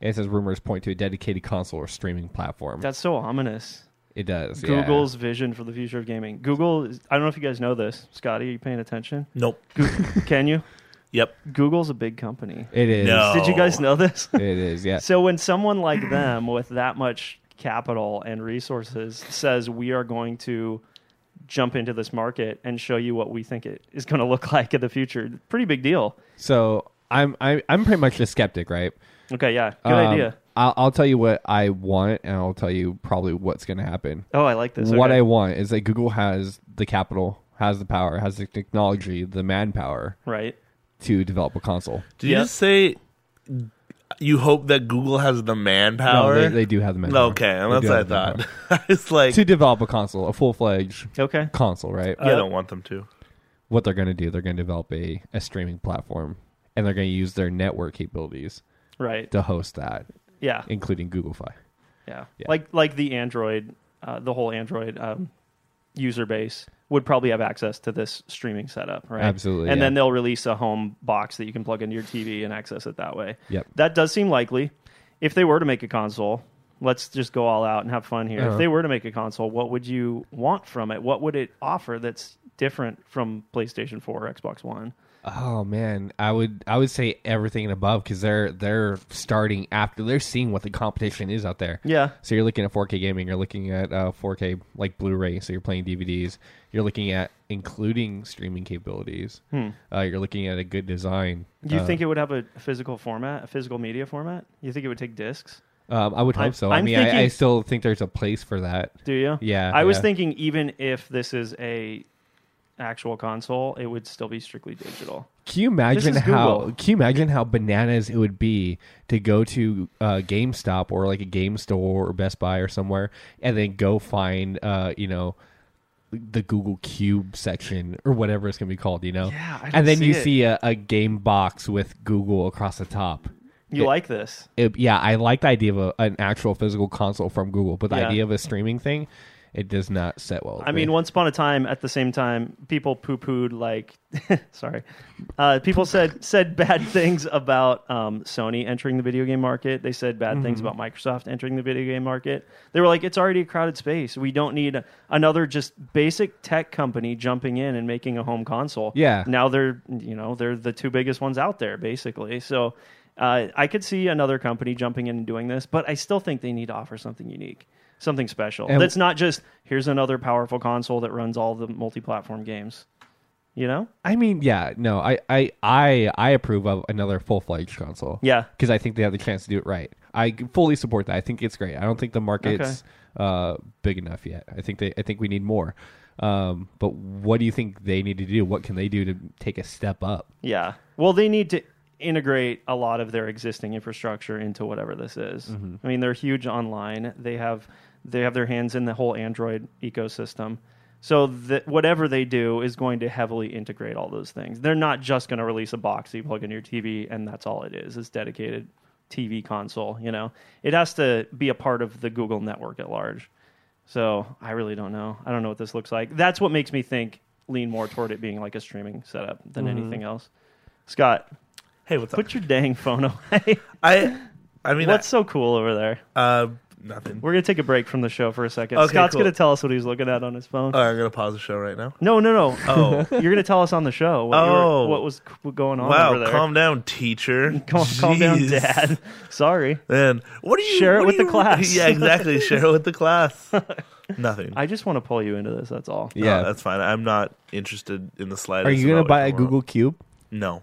Speaker 4: And it says rumors point to a dedicated console or streaming platform.
Speaker 3: That's so ominous.
Speaker 4: it does. yeah.
Speaker 3: Google's vision for the future of gaming. Google, is- I don't know if you guys know this. Scotty, are you paying attention?
Speaker 2: Nope.
Speaker 3: Goo- Can you?
Speaker 2: Yep.
Speaker 3: Google's a big company.
Speaker 4: It is.
Speaker 2: No.
Speaker 3: Did you guys
Speaker 2: Oh.
Speaker 3: know this?
Speaker 4: It is. Yeah.
Speaker 3: So when someone like them with that much capital and resources says we are going to jump into this market and show you what we think it is going to look like in the future, pretty big deal.
Speaker 4: So I'm I, I'm pretty much a skeptic, right?
Speaker 3: Okay, yeah, good
Speaker 4: Um,
Speaker 3: idea.
Speaker 4: I'll, I'll tell you what I want, and I'll tell you probably what's going to happen.
Speaker 3: Oh, I like this.
Speaker 4: What
Speaker 3: okay.
Speaker 4: I want is that Google has the capital, has the power, has the technology, the manpower
Speaker 3: right?
Speaker 4: to develop a console.
Speaker 2: Did you
Speaker 3: Yep.
Speaker 2: just say you hope that Google has the manpower?
Speaker 4: No, they, they do have the manpower.
Speaker 2: Okay,
Speaker 4: They
Speaker 2: that's
Speaker 4: do
Speaker 2: what I
Speaker 4: have the manpower.
Speaker 2: thought. Uh, it's like
Speaker 4: to develop a console, a full fledged
Speaker 3: Okay.
Speaker 4: console, right?
Speaker 3: uh,
Speaker 2: I don't want them to.
Speaker 4: what they're going to do, they're going to develop a, a streaming platform, and they're going to use their network capabilities
Speaker 3: Right.
Speaker 4: to host that,
Speaker 3: Yeah.
Speaker 4: including Google Fi.
Speaker 3: Yeah.
Speaker 4: Yeah.
Speaker 3: Like like the Android, uh, the whole Android um, user base would probably have access to this streaming setup, right?
Speaker 4: Absolutely,
Speaker 3: And
Speaker 4: yeah.
Speaker 3: then they'll release a home box that you can plug into your TV and access it that way.
Speaker 4: Yep.
Speaker 3: That does seem likely. If they were to make a console, let's just go all out and have fun here.
Speaker 4: Uh-huh.
Speaker 3: If they were to make a console, what would you want from it? What would it offer that's different from PlayStation 4 or Xbox One?
Speaker 4: Oh man, I would I would say everything and above because they're they're starting after they're seeing what the competition is out there.
Speaker 3: Yeah.
Speaker 4: So you're looking at 4K gaming, you're looking at uh, 4K like Blu-ray, so you're playing DVDs, you're looking at including streaming capabilities, uh, you're looking at a good design.
Speaker 3: Do Hmm. you
Speaker 4: Uh,
Speaker 3: think it would have a physical format, a physical media format? You think it would take discs?
Speaker 4: Um, I would hope
Speaker 3: I'm-
Speaker 4: so. i
Speaker 3: I'm
Speaker 4: mean, I, I
Speaker 3: thinking-
Speaker 4: still think there's a place for that.
Speaker 3: Do you?
Speaker 4: Yeah,
Speaker 3: I was
Speaker 4: yeah.
Speaker 3: thinking even if this is a actual console, it would still be strictly digital.
Speaker 4: Can you imagine
Speaker 3: is
Speaker 4: how?
Speaker 3: Google.
Speaker 4: Can you imagine how bananas it would be to go to uh, GameStop or like a game store or Best Buy or somewhere, and then go find, uh, you know, the Google Cube section or whatever it's gonna be called, you know?
Speaker 3: Yeah, I don't
Speaker 4: Oh. and then
Speaker 3: see
Speaker 4: you
Speaker 3: it.
Speaker 4: see a, a game box with Google across the top.
Speaker 3: You
Speaker 4: Yeah.
Speaker 3: like this?
Speaker 4: It- yeah, I like the idea of a, an actual physical console from Google, but the
Speaker 3: Yeah.
Speaker 4: idea of a streaming thing, it does not set well. with
Speaker 3: I mean,
Speaker 4: me.
Speaker 3: once upon a time, at the same time, people poo pooed like, sorry, uh, people said said bad things about um, Sony entering the video game market. They said bad things about Microsoft entering the video game market. They were like, it's already a crowded space. We don't need another just basic tech company jumping in and making a home console.
Speaker 4: Yeah.
Speaker 3: Now they're you know they're the two biggest ones out there basically. So. Uh, I could see another company jumping in and doing this, but I still think they need to offer something unique, something special.
Speaker 4: And-
Speaker 3: That's not just here's another powerful console that runs all the multi-platform games. You know?
Speaker 4: I mean, yeah, no, I, I, I, I approve of another full fledged console.
Speaker 3: Yeah.
Speaker 4: because I think they have the chance to do it right. I fully support that. I think it's great. I don't think the market's uh, big enough yet. I think they, I think we need more. Um, but what do you think they need to do? What can they do to take a step up?
Speaker 3: Yeah. Well, they need to integrate a lot of their existing infrastructure into whatever this is. I mean, they're huge online. They have they have their hands in the whole Android ecosystem. So th- whatever they do is going to heavily integrate all those things. They're not just going to release a box that you plug in your TV and that's all it is. It's dedicated TV console, you know. It has to be a part of the Google network at large. So I really don't know. I don't know what this looks like. That's what makes me think lean more toward it being like a streaming setup than
Speaker 2: Mm-hmm.
Speaker 3: anything else. Scott,
Speaker 2: Hey, what's up?
Speaker 3: put your dang phone away.
Speaker 2: I, I mean,
Speaker 3: What's so cool over there?
Speaker 2: uh, nothing.
Speaker 3: We're gonna take a break from the show for a second.
Speaker 2: Okay,
Speaker 3: Scott's
Speaker 2: cool.
Speaker 3: gonna tell us what he's looking at on his phone.
Speaker 2: Oh, I'm gonna pause the show right now.
Speaker 3: no, no, no.
Speaker 2: Oh,
Speaker 3: You're gonna tell us on the show what, you were-
Speaker 2: Oh.
Speaker 3: what was c- going on
Speaker 2: wow!
Speaker 3: over there.
Speaker 2: Calm down, teacher.
Speaker 3: Calm- calm down,
Speaker 2: Jeez.
Speaker 3: Dad. Sorry.
Speaker 2: Man, what do you
Speaker 3: Share
Speaker 2: what
Speaker 3: it with
Speaker 2: do
Speaker 3: the class.
Speaker 2: Yeah, exactly. Share it with the class. Nothing.
Speaker 3: I just want to pull you into this. That's all.
Speaker 2: No, that's fine. I'm not interested in the slightest.
Speaker 4: Are you gonna
Speaker 2: about what
Speaker 4: buy a
Speaker 2: you're
Speaker 4: Google Cube?
Speaker 2: No,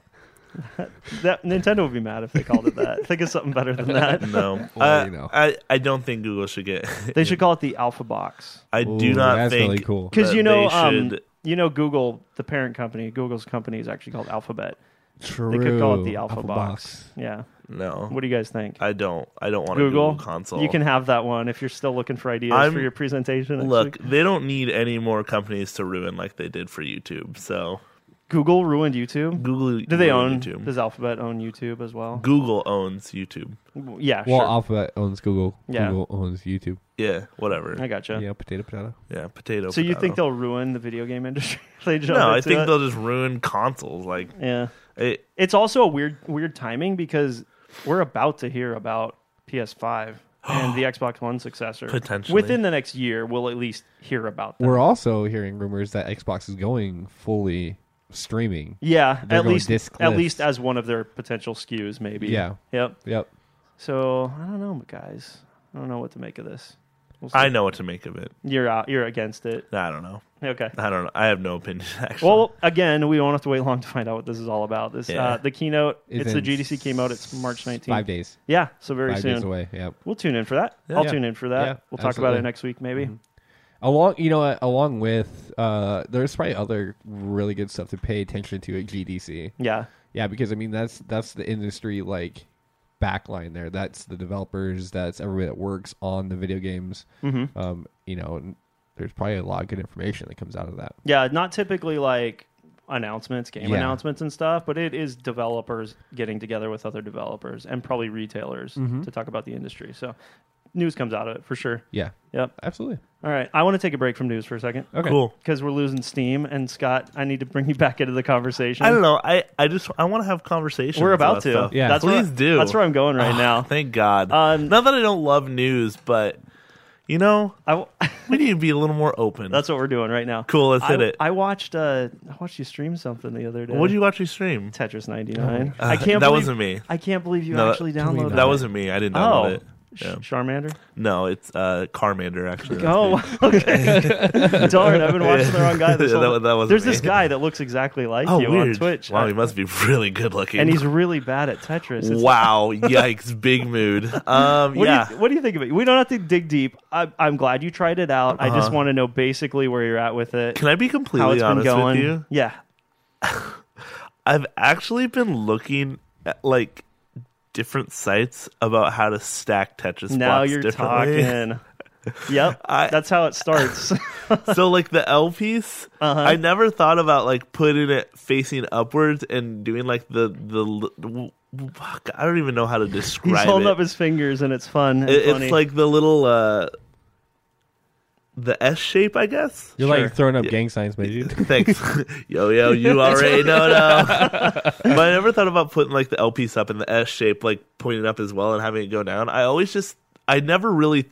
Speaker 3: That Nintendo would be mad if they called it that. Think of something better than that.
Speaker 2: no.
Speaker 4: Well,
Speaker 2: I-
Speaker 4: you know.
Speaker 2: I, I don't think Google should get.
Speaker 3: They should call it the Alpha Box.
Speaker 2: I do
Speaker 4: Ooh,
Speaker 2: not
Speaker 4: that's
Speaker 2: think
Speaker 4: really cool.
Speaker 3: because
Speaker 2: that
Speaker 3: you know,
Speaker 2: they
Speaker 3: um,
Speaker 2: should-
Speaker 3: you know, Google, the parent company, Google's company is actually called Alphabet. They could call it the Alpha, Box. Yeah.
Speaker 2: no.
Speaker 3: What do you guys think?
Speaker 2: I don't. I don't want a
Speaker 3: Google,
Speaker 2: Google console.
Speaker 3: You can have that one if you're still looking for ideas
Speaker 2: I'm-
Speaker 3: for your presentation. next
Speaker 2: look.
Speaker 3: week.
Speaker 2: They don't need any more companies to ruin like they did for YouTube. So
Speaker 3: Google ruined YouTube.
Speaker 2: Google.
Speaker 3: Do they own?
Speaker 2: ruined YouTube?
Speaker 3: Does Alphabet own YouTube as well?
Speaker 2: Google owns YouTube.
Speaker 3: yeah.
Speaker 4: Well,
Speaker 3: sure.
Speaker 4: Alphabet owns Google.
Speaker 3: Yeah.
Speaker 4: Google owns YouTube.
Speaker 2: Yeah, whatever.
Speaker 3: I gotcha.
Speaker 4: Yeah, potato, potato.
Speaker 2: Yeah, potato.
Speaker 3: So you
Speaker 2: potato.
Speaker 3: think they'll ruin the video game industry? if they jump
Speaker 2: No, I
Speaker 3: into
Speaker 2: think
Speaker 3: it?
Speaker 2: they'll just ruin consoles. Like
Speaker 3: Yeah.
Speaker 2: it,
Speaker 3: It's also a weird, weird timing because we're about to hear about PS5 and the Xbox One successor.
Speaker 2: Potentially.
Speaker 3: within the next year, we'll at least hear about them.
Speaker 4: We're also hearing rumors that Xbox is going fully streaming.
Speaker 3: yeah,
Speaker 4: They're
Speaker 3: at
Speaker 4: going
Speaker 3: least at
Speaker 4: discless.
Speaker 3: least as one of their potential SKUs, maybe.
Speaker 4: Yeah.
Speaker 3: Yep.
Speaker 4: Yep.
Speaker 3: So I don't know, guys. I don't know what to make of this. We'll see.
Speaker 2: I know what to make of it.
Speaker 3: you're out. You're against it.
Speaker 2: I don't know.
Speaker 3: Okay.
Speaker 2: I don't know. I have no opinion. Actually,
Speaker 3: Well, again, we won't have to wait long to find out what this is all about. This
Speaker 2: Yeah.
Speaker 3: uh, the keynote.
Speaker 4: Is
Speaker 3: It's
Speaker 4: in
Speaker 3: the GDC keynote. It's March 19th.
Speaker 4: Five days.
Speaker 3: Yeah, so very
Speaker 4: Five
Speaker 3: soon.
Speaker 4: days away. Yep.
Speaker 3: We'll tune in for that. I'll
Speaker 4: Yeah.
Speaker 3: tune in for that.
Speaker 4: Yeah,
Speaker 3: we'll talk about
Speaker 4: absolutely. Mm-hmm.
Speaker 3: it next week, maybe.
Speaker 4: along you know what, along with uh there's probably other really good stuff to pay attention to at gdc
Speaker 3: Yeah.
Speaker 4: yeah because i mean that's that's the industry like backline there that's the developers that's everybody that works on the video games
Speaker 3: Mm-hmm.
Speaker 4: um you know and there's probably a lot of good information that comes out of that
Speaker 3: Yeah, not typically like announcements, game
Speaker 4: Yeah.
Speaker 3: announcements and stuff, but it is developers getting together with other developers and probably retailers
Speaker 4: Mm-hmm.
Speaker 3: to talk about the industry. So news comes out of it for sure.
Speaker 4: yeah
Speaker 3: Yep.
Speaker 4: absolutely
Speaker 3: All right. I want to take a break from news for a second
Speaker 4: okay
Speaker 2: cool.
Speaker 3: because we're losing steam. And Scott, I need to bring you back into the conversation.
Speaker 2: I don't know. I, I just I want to have conversations.
Speaker 3: We're about to.
Speaker 2: Stuff.
Speaker 4: Yeah.
Speaker 3: That's
Speaker 2: please
Speaker 3: where,
Speaker 2: do. Ah.
Speaker 3: That's where I'm going right now.
Speaker 2: Thank God.
Speaker 3: Um,
Speaker 2: Not that I don't love news, but you know
Speaker 3: I w-
Speaker 2: we need to be a little more open.
Speaker 3: that's what we're doing right now.
Speaker 2: cool. Let's
Speaker 3: I,
Speaker 2: hit it.
Speaker 3: I watched. Uh, I watched you stream something the other day.
Speaker 2: what did you watch me stream?
Speaker 3: Tetris 99.
Speaker 2: Uh,
Speaker 3: I
Speaker 2: That
Speaker 3: can't. believe,
Speaker 2: wasn't me.
Speaker 3: I can't believe you
Speaker 2: No,
Speaker 3: actually
Speaker 4: believe
Speaker 3: downloaded
Speaker 4: that
Speaker 2: That wasn't me. I didn't
Speaker 3: Oh,
Speaker 2: download it. Yeah.
Speaker 3: Charmander.
Speaker 2: No, it's uh, Carmander actually. That's
Speaker 3: Oh,
Speaker 2: me.
Speaker 3: okay. Darn, I've been watching the wrong guy. This
Speaker 2: Yeah,
Speaker 3: whole-
Speaker 2: that- that wasn't
Speaker 3: There's this
Speaker 2: me.
Speaker 3: guy that looks exactly like
Speaker 2: Oh,
Speaker 3: you
Speaker 2: weird.
Speaker 3: on Twitch.
Speaker 2: Wow,
Speaker 3: I-
Speaker 2: he must be really good looking.
Speaker 3: and he's really bad at Tetris. It's-
Speaker 2: wow, yikes, big mood. Um,
Speaker 3: What,
Speaker 2: yeah,
Speaker 3: do you, what do you think of it? We don't have to dig deep. I, I'm glad you tried it out. I just want to know basically where you're at with it,
Speaker 2: can I be
Speaker 3: how it's
Speaker 2: Uh-huh. completely
Speaker 3: been
Speaker 2: honest
Speaker 3: going.
Speaker 2: with you?
Speaker 3: Yeah,
Speaker 2: I've actually been looking at like different sites about how to stack Tetris
Speaker 3: now
Speaker 2: blocks
Speaker 3: you're
Speaker 2: differently.
Speaker 3: talking. yep,
Speaker 2: I-
Speaker 3: that's how it starts.
Speaker 2: so like the L piece,
Speaker 3: Uh-huh.
Speaker 2: I never thought about like putting it facing upwards and doing like the the. l- w- w- fuck, I don't even know how to describe
Speaker 3: He's holding
Speaker 2: it.
Speaker 3: up his fingers, and it's fun. And
Speaker 2: It-
Speaker 3: funny.
Speaker 2: it's like the little uh the S shape, I guess.
Speaker 4: You're
Speaker 2: Sure.
Speaker 4: like throwing up gang signs, my dude.
Speaker 2: Thanks. yo, yo, you already know, no. but I never thought about putting like the L piece up in the S shape, like pointing up as well and having it go down. I always just, I never really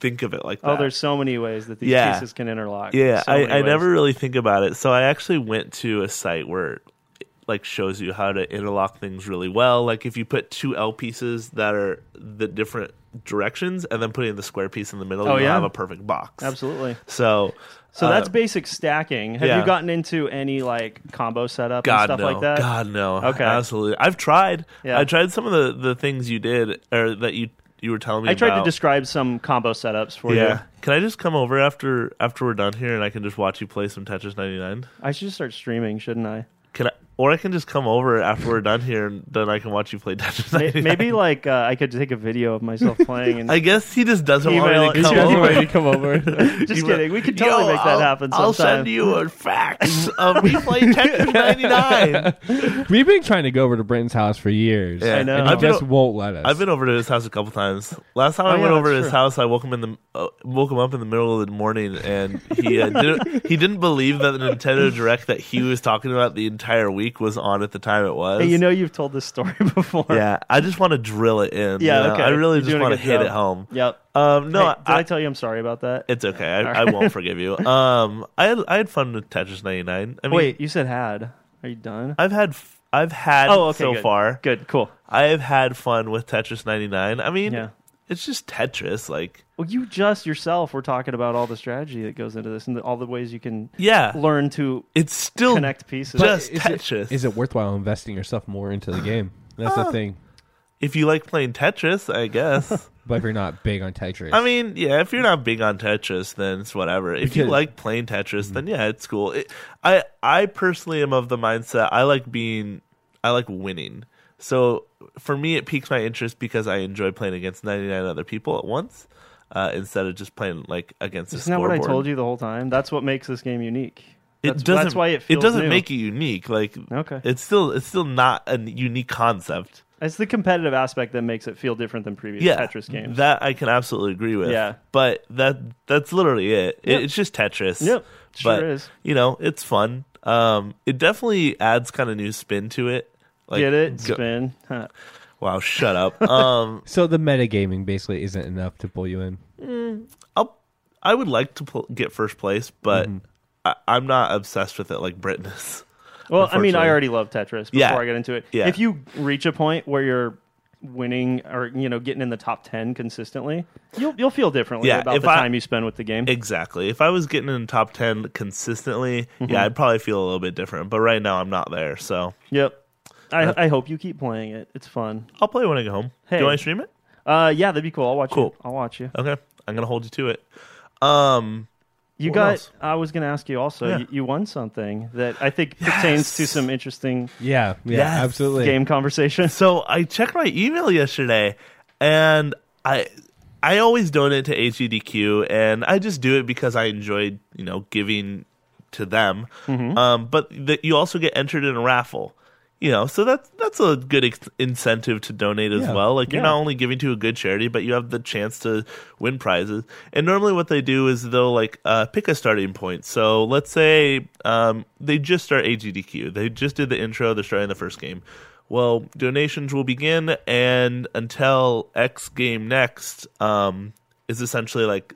Speaker 2: think of it like that.
Speaker 3: oh, there's so many ways that these
Speaker 2: Yeah.
Speaker 3: pieces can interlock.
Speaker 2: yeah,
Speaker 3: So many
Speaker 2: I, I
Speaker 3: ways.
Speaker 2: never really think about it. So I actually went to a site where it, like shows you how to interlock things really well. Like if you put two L pieces that are the different directions and then putting the square piece in the middle,
Speaker 3: Oh,
Speaker 2: you'll
Speaker 3: yeah.
Speaker 2: have a perfect box.
Speaker 3: absolutely.
Speaker 2: So,
Speaker 3: So
Speaker 2: uh,
Speaker 3: that's basic stacking. Have you
Speaker 2: yeah.
Speaker 3: gotten into any like combo setup and
Speaker 2: God
Speaker 3: stuff
Speaker 2: no.
Speaker 3: like that?
Speaker 2: God no.
Speaker 3: Okay.
Speaker 2: Absolutely. I've tried.
Speaker 3: Yeah.
Speaker 2: I tried some of the, the things you did or that you you were telling me.
Speaker 3: I tried to
Speaker 2: about.
Speaker 3: describe some combo setups for you.
Speaker 2: Yeah. Can I just come over after after we're done here and I can just watch you play some Tetris 99?
Speaker 3: I should just start streaming, shouldn't I?
Speaker 2: Can I or I can just come over after we're done here and then I can watch you play Tetris
Speaker 3: May-
Speaker 2: 99.
Speaker 3: Maybe like uh, I could take a video of myself playing and
Speaker 2: I guess he just doesn't
Speaker 3: Email
Speaker 2: want
Speaker 3: it.
Speaker 2: me to come
Speaker 3: He doesn't
Speaker 2: over.
Speaker 3: want
Speaker 4: to come over.
Speaker 3: just
Speaker 2: Email-
Speaker 3: kidding. We could totally
Speaker 2: Yo,
Speaker 3: make that
Speaker 2: I'll-
Speaker 3: happen sometime.
Speaker 2: I'll send you a fax of me playing Tetris 99.
Speaker 4: We've been trying to go over to Brenton's house for years.
Speaker 2: Yeah.
Speaker 3: I know.
Speaker 4: And he
Speaker 3: I've
Speaker 2: been
Speaker 4: just
Speaker 2: o-
Speaker 4: won't let us.
Speaker 2: I've been over to his house a couple times. Last time I
Speaker 3: Oh, yeah,
Speaker 2: went over to
Speaker 3: that's
Speaker 2: his
Speaker 3: true.
Speaker 2: house, I woke him in the uh, woke him up in the middle of the morning, and he uh, didn't he didn't believe that the Nintendo Direct that he was talking about the entire week was on at the time it was.
Speaker 3: Hey, you know you've told this story before.
Speaker 2: yeah, I just want to drill it in.
Speaker 3: Yeah,
Speaker 2: you know?
Speaker 3: okay.
Speaker 2: I really
Speaker 3: You're
Speaker 2: just
Speaker 3: doing a
Speaker 2: want to
Speaker 3: good
Speaker 2: hit
Speaker 3: job.
Speaker 2: it home.
Speaker 3: Yep.
Speaker 2: Um, no,
Speaker 3: Hey, did I,
Speaker 2: I-
Speaker 3: tell you I'm sorry about that?
Speaker 2: it's okay. I,
Speaker 3: All
Speaker 2: I
Speaker 3: right.
Speaker 2: won't forgive you. Um, I had, I had fun with Tetris 99. I mean,
Speaker 3: Wait, you said had. Are you done?
Speaker 2: I've had f- I've had
Speaker 3: oh, okay.
Speaker 2: so
Speaker 3: good.
Speaker 2: far.
Speaker 3: Good, cool.
Speaker 2: I have had fun with Tetris 99. I mean,
Speaker 3: Yeah.
Speaker 2: it's just Tetris, like.
Speaker 3: Well, you just yourself were talking about all the strategy that goes into this and the, all the ways you can
Speaker 2: Yeah,
Speaker 3: learn to
Speaker 2: it's still
Speaker 3: connect pieces.
Speaker 2: But- just
Speaker 4: is
Speaker 2: Tetris. Uh.
Speaker 4: It, is it worthwhile investing yourself more into the game? That's the thing.
Speaker 2: if you like playing Tetris, I guess.
Speaker 4: But if you're not big on Tetris,
Speaker 2: I mean, yeah, if you're not big on Tetris, then it's whatever. If you
Speaker 4: Because-
Speaker 2: like playing
Speaker 3: Mm-hmm.
Speaker 2: Tetris, then yeah, it's cool. It, I I personally am of the mindset I like being I like winning. So for me, it piques my interest because I enjoy playing against 99 other people at once uh, instead of just playing like against a
Speaker 3: Isn't that what I
Speaker 2: scoreboard.
Speaker 3: told you the whole time? That's what makes this game unique.
Speaker 2: It
Speaker 3: That's,
Speaker 2: doesn't.
Speaker 3: that's why it feels
Speaker 2: doesn't
Speaker 3: new.
Speaker 2: make it unique. Like
Speaker 3: Okay.
Speaker 2: it's still it's still not a unique concept.
Speaker 3: It's the competitive aspect that makes it feel different than previous
Speaker 2: yeah,
Speaker 3: Tetris games.
Speaker 2: That I can absolutely agree with.
Speaker 3: Yeah.
Speaker 2: But that that's literally it. It-
Speaker 3: Yep.
Speaker 2: It's just Tetris.
Speaker 3: Yep, sure
Speaker 2: but,
Speaker 3: is.
Speaker 2: You know, it's fun. Um it definitely adds kind of new spin to it. Like
Speaker 3: Get it?
Speaker 2: go-
Speaker 3: Spin. Huh.
Speaker 2: Wow, shut up. um
Speaker 4: so the metagaming basically isn't enough to pull you in.
Speaker 2: I'll, I would like to pl- get first place, but
Speaker 3: Mm-hmm.
Speaker 2: I, I'm not obsessed with it like Britton is.
Speaker 3: Well, I mean, I
Speaker 2: unfortunately.
Speaker 3: already love Tetris before
Speaker 2: Yeah.
Speaker 3: I get into it.
Speaker 2: Yeah.
Speaker 3: If you reach a point where you're winning or you know getting in the top 10 consistently you'll you'll feel differently
Speaker 2: Yeah,
Speaker 3: about
Speaker 2: if
Speaker 3: the
Speaker 2: I-
Speaker 3: time you spend with the game
Speaker 2: Exactly. If I was getting in the top 10 consistently,
Speaker 3: Mm-hmm.
Speaker 2: yeah, I'd probably feel a little bit different, but right now I'm not there. So,
Speaker 3: yep I, I hope you keep playing it it's fun
Speaker 2: I'll play when I get home. Do
Speaker 3: Hey.
Speaker 2: you want to stream it?
Speaker 3: uh yeah that'd be cool i'll watch
Speaker 2: Cool.
Speaker 3: you i'll watch you
Speaker 2: Okay. I'm going to hold you to it. Um
Speaker 3: You
Speaker 2: What
Speaker 3: got.
Speaker 2: else?
Speaker 3: I was going to ask you also.
Speaker 2: Yeah.
Speaker 3: You, you won something that I think pertains to some interesting
Speaker 4: Yeah, yeah,
Speaker 2: Yes.
Speaker 4: absolutely.
Speaker 3: game conversation.
Speaker 2: So I checked my email yesterday, and I I always donate to HEDQ, and I just do it because I enjoy you know giving to them. Um, but the, you also get entered in a raffle. You know, so that's that's a good ex- incentive to donate as
Speaker 4: Yeah.
Speaker 2: well. Like you're
Speaker 3: Yeah.
Speaker 2: not only giving to a good charity, but you have the chance to win prizes. And normally, what they do is they'll like uh, pick a starting point. So let's say um, they just start AGDQ. They just did the intro. They're starting the first game. Well, donations will begin, and until X game next um, is essentially like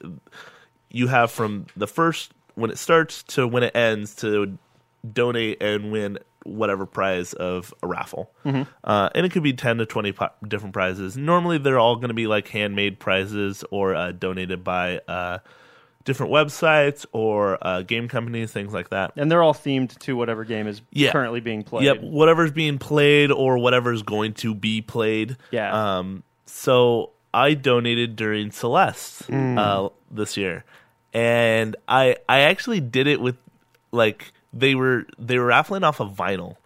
Speaker 2: you have from the first when it starts to when it ends to donate and win whatever prize of a raffle, uh, and it could be ten to twenty pi different prizes. Normally, they're all going to be like handmade prizes or uh, donated by uh, different websites or uh, game companies, things like that.
Speaker 3: and they're all themed to whatever game is
Speaker 2: Yeah.
Speaker 3: currently being played.
Speaker 2: Yep, whatever's being played or whatever's going to be played.
Speaker 3: Yeah.
Speaker 2: Um. So I donated during Celeste uh, this year, and I I actually did it with like they were they were raffling off a vinyl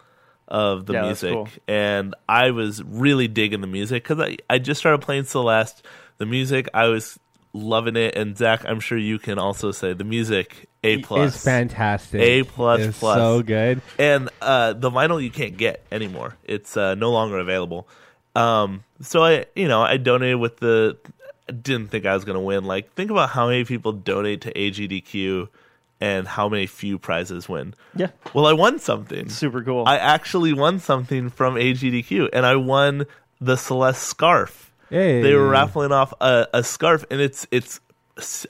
Speaker 2: of the
Speaker 3: Yeah, that's
Speaker 2: music,
Speaker 3: cool.
Speaker 2: and I was really digging the music because I I just started playing Celeste. The music I was loving it, and Zach, I'm sure you can also say the music a plus.
Speaker 4: It's fantastic.
Speaker 2: A plus
Speaker 4: It's
Speaker 2: plus.
Speaker 4: So good.
Speaker 2: and uh, the vinyl you can't get anymore. It's uh, no longer available. Um, so I, you know, I donated with the. I didn't think I was gonna win. Like, think about how many people donate to AGDQ, and how many few prizes win.
Speaker 3: Yeah.
Speaker 2: Well, I won something.
Speaker 3: Super cool.
Speaker 2: I actually won something from AGDQ, and I won the Celeste scarf.
Speaker 4: Hey.
Speaker 2: They were raffling off a, a scarf, and it's it's.